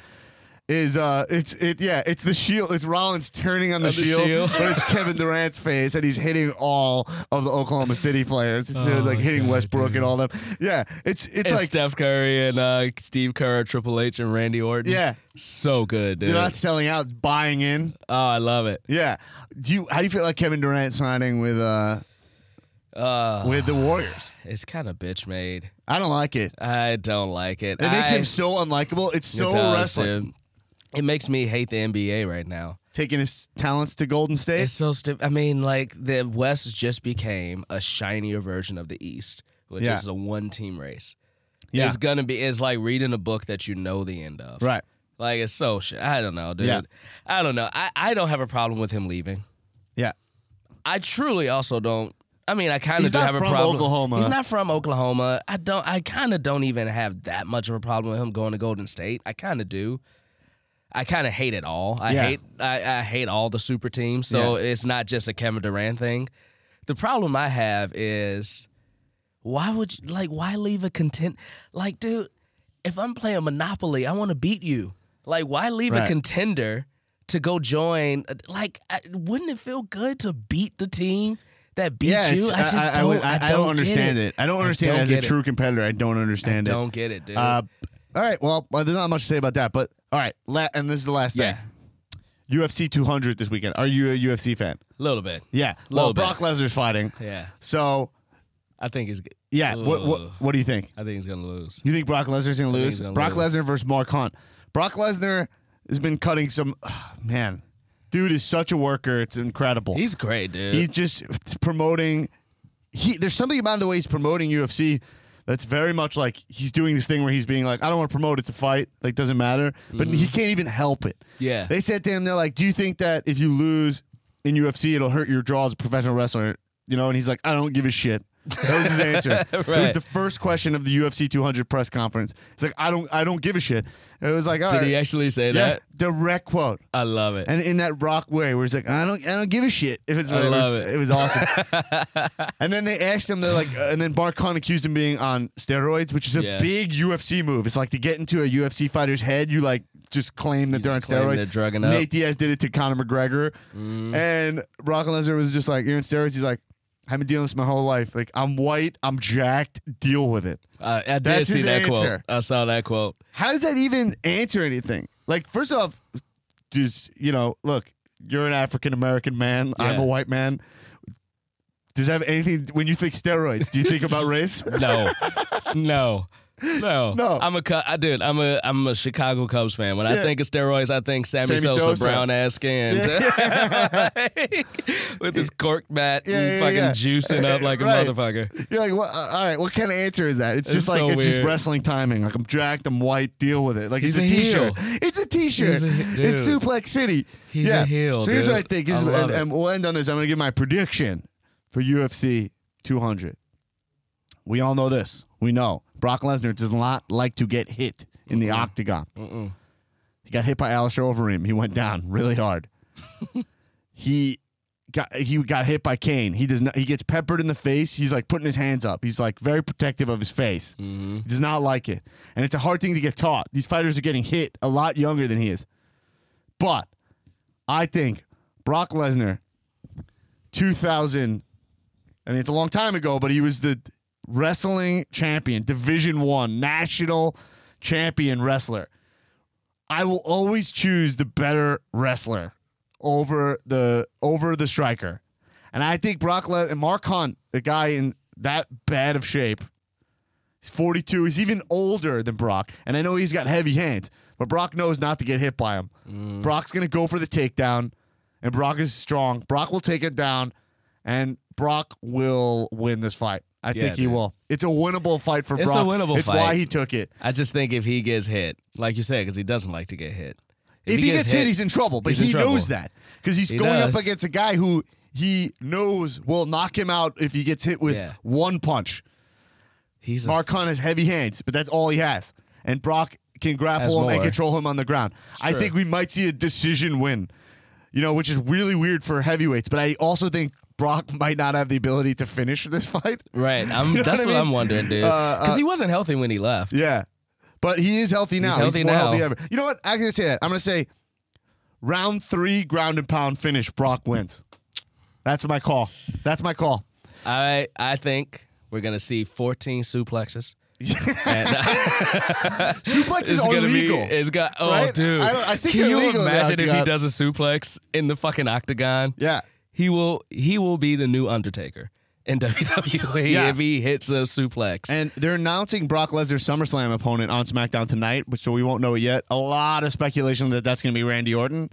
S1: Is uh, it's it yeah, it's the shield. It's Rollins turning on the,
S2: On the
S1: shield,
S2: shield.
S1: but it's Kevin Durant's face, and he's hitting all of the Oklahoma City players. It's uh,
S2: Oh,
S1: like hitting
S2: God,
S1: Westbrook and all them. Yeah, it's it's
S2: It's
S1: like
S2: Steph Curry and uh, Steve Kerr, Triple H, and Randy Orton.
S1: Yeah.
S2: So good, dude.
S1: they're not selling out, it's buying in.
S2: oh, I love it.
S1: Yeah, do you how do you feel like Kevin Durant signing with uh
S2: Uh,
S1: with the Warriors?
S2: it's kind of bitch made.
S1: I don't like it.
S2: I don't like it.
S1: It makes
S2: I-
S1: him so unlikable. It's
S2: it
S1: so
S2: does,
S1: wrestling.
S2: dude. It makes me hate the NBA right now.
S1: Taking his talents to Golden State.
S2: It's so stupid. I mean, like the West just became a shinier version of the East, which
S1: Yeah.
S2: is a one team race.
S1: Yeah.
S2: It's gonna be it's like reading a book that you know the end of.
S1: Right.
S2: Like it's so shit. I don't know, dude.
S1: Yeah.
S2: I don't know. I, I don't have a problem with him leaving.
S1: Yeah.
S2: I truly also don't. I mean, I kind
S1: He's
S2: of do
S1: not
S2: have a
S1: from
S2: problem.
S1: Oklahoma.
S2: He's not from Oklahoma. I don't. I kind of don't even have that much of a problem with him going to Golden State. I kind of do. I kind of hate it all. I
S1: Yeah.
S2: hate. I, I hate all the super teams. So it's not just a Kevin Durant thing. The problem I have is why would you, like why leave a content like dude? If I'm playing Monopoly, I want to beat you. Like why leave a
S1: Right.
S2: contender to go join? uh, Like I- wouldn't it feel good to beat the team that beat
S1: yeah,
S2: you?
S1: it's-
S2: I just don't.
S1: would-
S2: I,
S1: I
S2: don't get
S1: understand
S2: it.
S1: I don't understand
S2: don't
S1: as a
S2: get it.
S1: true competitor. I don't understand
S2: Don't get it,
S1: it.
S2: dude.
S1: Uh, all right. Well, well, there's not much to say about that. But all right. La- and this is the last
S2: yeah,
S1: thing. UFC 200 this weekend. Are you a UFC fan?
S2: a little bit.
S1: Yeah. Well,
S2: Little bit.
S1: Brock Lesnar's fighting.
S2: Yeah,
S1: So
S2: I think he's. g-
S1: yeah. What, what
S2: Ugh.
S1: what do you think?
S2: I think he's gonna lose.
S1: You think Brock Lesnar's gonna lose?
S2: think he's gonna
S1: Brock
S2: lose.
S1: Lesnar versus Mark Hunt. Brock Lesnar has been cutting some. man, dude is such a worker. It's incredible.
S2: He's great, dude.
S1: He's just promoting. He there's something about the way he's promoting UFC that's very much like he's doing this thing where he's being like, I don't want to promote. It's a fight. Like doesn't matter. But he can't even help it.
S2: Mm-hmm. Yeah.
S1: They said to him, they're like, Do you think that if you lose in UFC, it'll hurt your draw as a professional wrestler? You know, and he's like, I don't give a shit. That was his answer. It was
S2: Right.
S1: the first question of the UFC 200 press conference. He's like, I don't, I don't give a shit. It was like, all
S2: Did
S1: right,
S2: he actually say
S1: yeah,
S2: that?
S1: direct quote
S2: I love it.
S1: and in that rock way where it's like I don't I don't give a shit if it's
S2: I
S1: it, was,
S2: love it.
S1: it was awesome. and then they asked him they're like uh, and then Mark Hunt accused him being on steroids, which is a
S2: Yeah.
S1: big UFC move. It's like to get into a UFC fighter's head, you like just claim that they're on
S2: just claim
S1: steroids.
S2: they're drugging up. Mm.
S1: Nate Diaz did it to Conor McGregor, and Brock Lesnar was just like you're on steroids. He's like. I've been dealing with this my whole life. Like I'm white, I'm jacked. Deal with it.
S2: Uh, I, I did
S1: That's
S2: see
S1: his
S2: that quote.
S1: answer.
S2: I saw that quote.
S1: How does that even answer anything? Like, first off, does you know, look, you're an African American man. I'm
S2: Yeah.
S1: a white man. Does that have anything when you think steroids? Do you think about race?
S2: No, no, no,
S1: No.
S2: I'm a Cu- I dude. I'm a I'm a Chicago Cubs fan. When I
S1: Yeah.
S2: think of steroids, I think Sammy,
S1: Sammy
S2: Sosa,
S1: Sosa.
S2: brown ass skin,
S1: Yeah.
S2: with his cork bat
S1: Yeah, yeah,
S2: and fucking
S1: yeah.
S2: juicing up like a
S1: Right.
S2: motherfucker.
S1: You're like, what? Uh, all right, what kind of answer is that? It's,
S2: It's
S1: just like
S2: so
S1: it's just
S2: weird.
S1: wrestling timing. Like I'm jacked, I'm white. Deal with it. Like
S2: He's
S1: it's a,
S2: a heel.
S1: t-shirt. It's a t-shirt.
S2: He's a-
S1: it's
S2: dude.
S1: Suplex City.
S2: He's a
S1: yeah.
S2: heel,
S1: So here's what I
S2: dude.
S1: think. This
S2: I
S1: is-
S2: love
S1: and,
S2: it.
S1: and we'll end on this. I'm gonna give my prediction for UFC 200. We all know this. We know Brock Lesnar does not like to get hit in the octagon.
S2: Mm-mm.
S1: He got hit by Alistair Overeem. He went down really hard. he got he got hit by Kane. He does not he gets peppered in the face. He's like putting his hands up. He's like very protective of his face.
S2: Mm-hmm.
S1: He does not like it. And it's a hard thing to get taught. These fighters are getting hit a lot younger than he is. But I think Brock Lesnar 2000 I mean it's a long time ago, but he was the wrestling champion, division 1 national champion wrestler. I will always choose the better wrestler over the over the striker. And I think Brock Le- and Mark Hunt, the guy in that bad of shape, he's 42. He's even older than Brock. And I know he's got heavy hands, but Brock knows not to get hit by him.
S2: Mm.
S1: Brock's going to go for the takedown, and Brock is strong. Brock will take it down, and Brock will win this fight. I
S2: Yeah,
S1: think he
S2: dude.
S1: will. It's a winnable fight for
S2: It's a
S1: Brock.
S2: winnable
S1: It's
S2: fight.
S1: why he took it.
S2: I just think if he gets hit, like you said, because he doesn't like to get hit.
S1: If, he, gets, hit, he's in trouble. But
S2: he's in
S1: he
S2: trouble.
S1: knows that because he's
S2: He
S1: going up
S2: does.
S1: against a guy who he knows will knock him out if he gets hit with
S2: Yeah.
S1: one punch.
S2: he's a-
S1: Mark Hunt has heavy hands, but that's all he has. And Brock can
S2: Has
S1: grapple him and
S2: more.
S1: control him on the ground. I
S2: true.
S1: think we might see a decision win, you know, which is really weird for heavyweights. But I also think Brock might not have the ability to finish this fight.
S2: right. I'm,
S1: know
S2: that's
S1: what
S2: what,
S1: I mean?
S2: I'm wondering, dude.
S1: Uh,
S2: Because
S1: uh,
S2: he wasn't healthy when he left.
S1: Yeah. But he is healthy now. He's,
S2: healthy
S1: more
S2: now.
S1: healthy ever. You know what? I'm going to say that. I'm going to say round three, ground and pound finish. Brock wins. That's my call. That's my call.
S2: I I think we're gonna see 14 suplexes.
S1: Suplex is
S2: It's gonna
S1: illegal.
S2: Be, it's got. Oh,
S1: Right?
S2: dude.
S1: I don't- I think
S2: Can
S1: they're
S2: you
S1: legal now,
S2: imagine if
S1: yeah.
S2: he does a suplex in the fucking octagon?
S1: yeah.
S2: He will. He will be the new Undertaker in WWE
S1: Yeah.
S2: if he hits a suplex.
S1: And they're announcing Brock Lesnar's SummerSlam opponent on SmackDown tonight, but so we won't know it yet. A lot of speculation that that's going to be Randy Orton.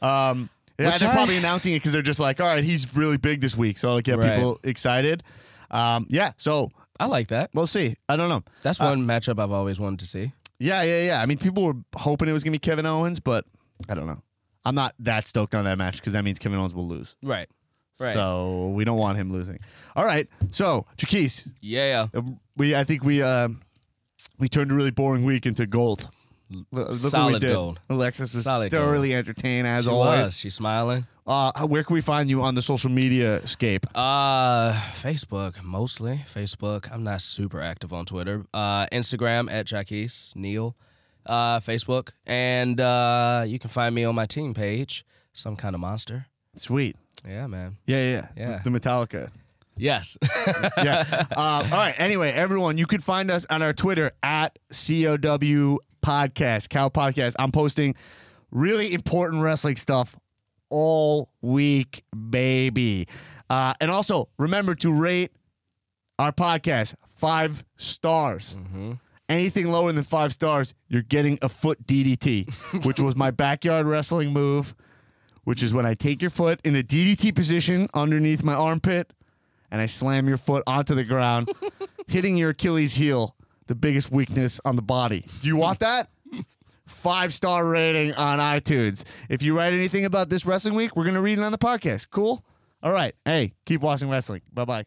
S1: Um, yeah,
S2: Which
S1: they're
S2: I-
S1: probably announcing it because they're just like, all right, he's really big this week, so it'll get
S2: Right.
S1: people excited. Um, yeah, so
S2: I like that.
S1: We'll see. I don't know.
S2: That's one matchup I've always wanted to see.
S1: Yeah, yeah, yeah. I mean, people were hoping it was gonna be Kevin Owens, but I don't know. I'm not that stoked on that match because that means Kevin Owens will lose.
S2: Right. Right.
S1: So we don't want him losing. All right. So Jaquise,
S2: Yeah.
S1: uh, we I think we uh, we turned a really boring week into gold. L- Look
S2: Solid gold.
S1: Alexis was
S2: Solid gold.
S1: thoroughly entertained as
S2: She was.
S1: always.
S2: She's smiling.
S1: Uh, where can we find you on the social media scape?
S2: Uh, Facebook mostly. Facebook. I'm not super active on Twitter. Uh, Instagram at Jackie's Neil. Uh, Facebook, and uh, you can find me on my team page. Some kind of monster.
S1: Sweet.
S2: Yeah, man.
S1: Yeah, yeah,
S2: Yeah.
S1: The Metallica.
S2: Yes.
S1: yeah. Um, all right. Anyway, everyone, you can find us on our Twitter at COW Podcast, Cow Podcast. I'm posting really important wrestling stuff all week, baby. Uh, and also, remember to rate our podcast five stars. Anything lower than five stars, you're getting a foot DDT, which was my backyard wrestling move, which is when I take your foot in a DDT position underneath my armpit and I slam your foot onto the ground, hitting your Achilles heel, the biggest weakness on the body. Do you want that? Five star rating on iTunes. If you write anything about this wrestling week, we're going to read it on the podcast. Cool? All right. Hey, keep watching wrestling. Bye bye.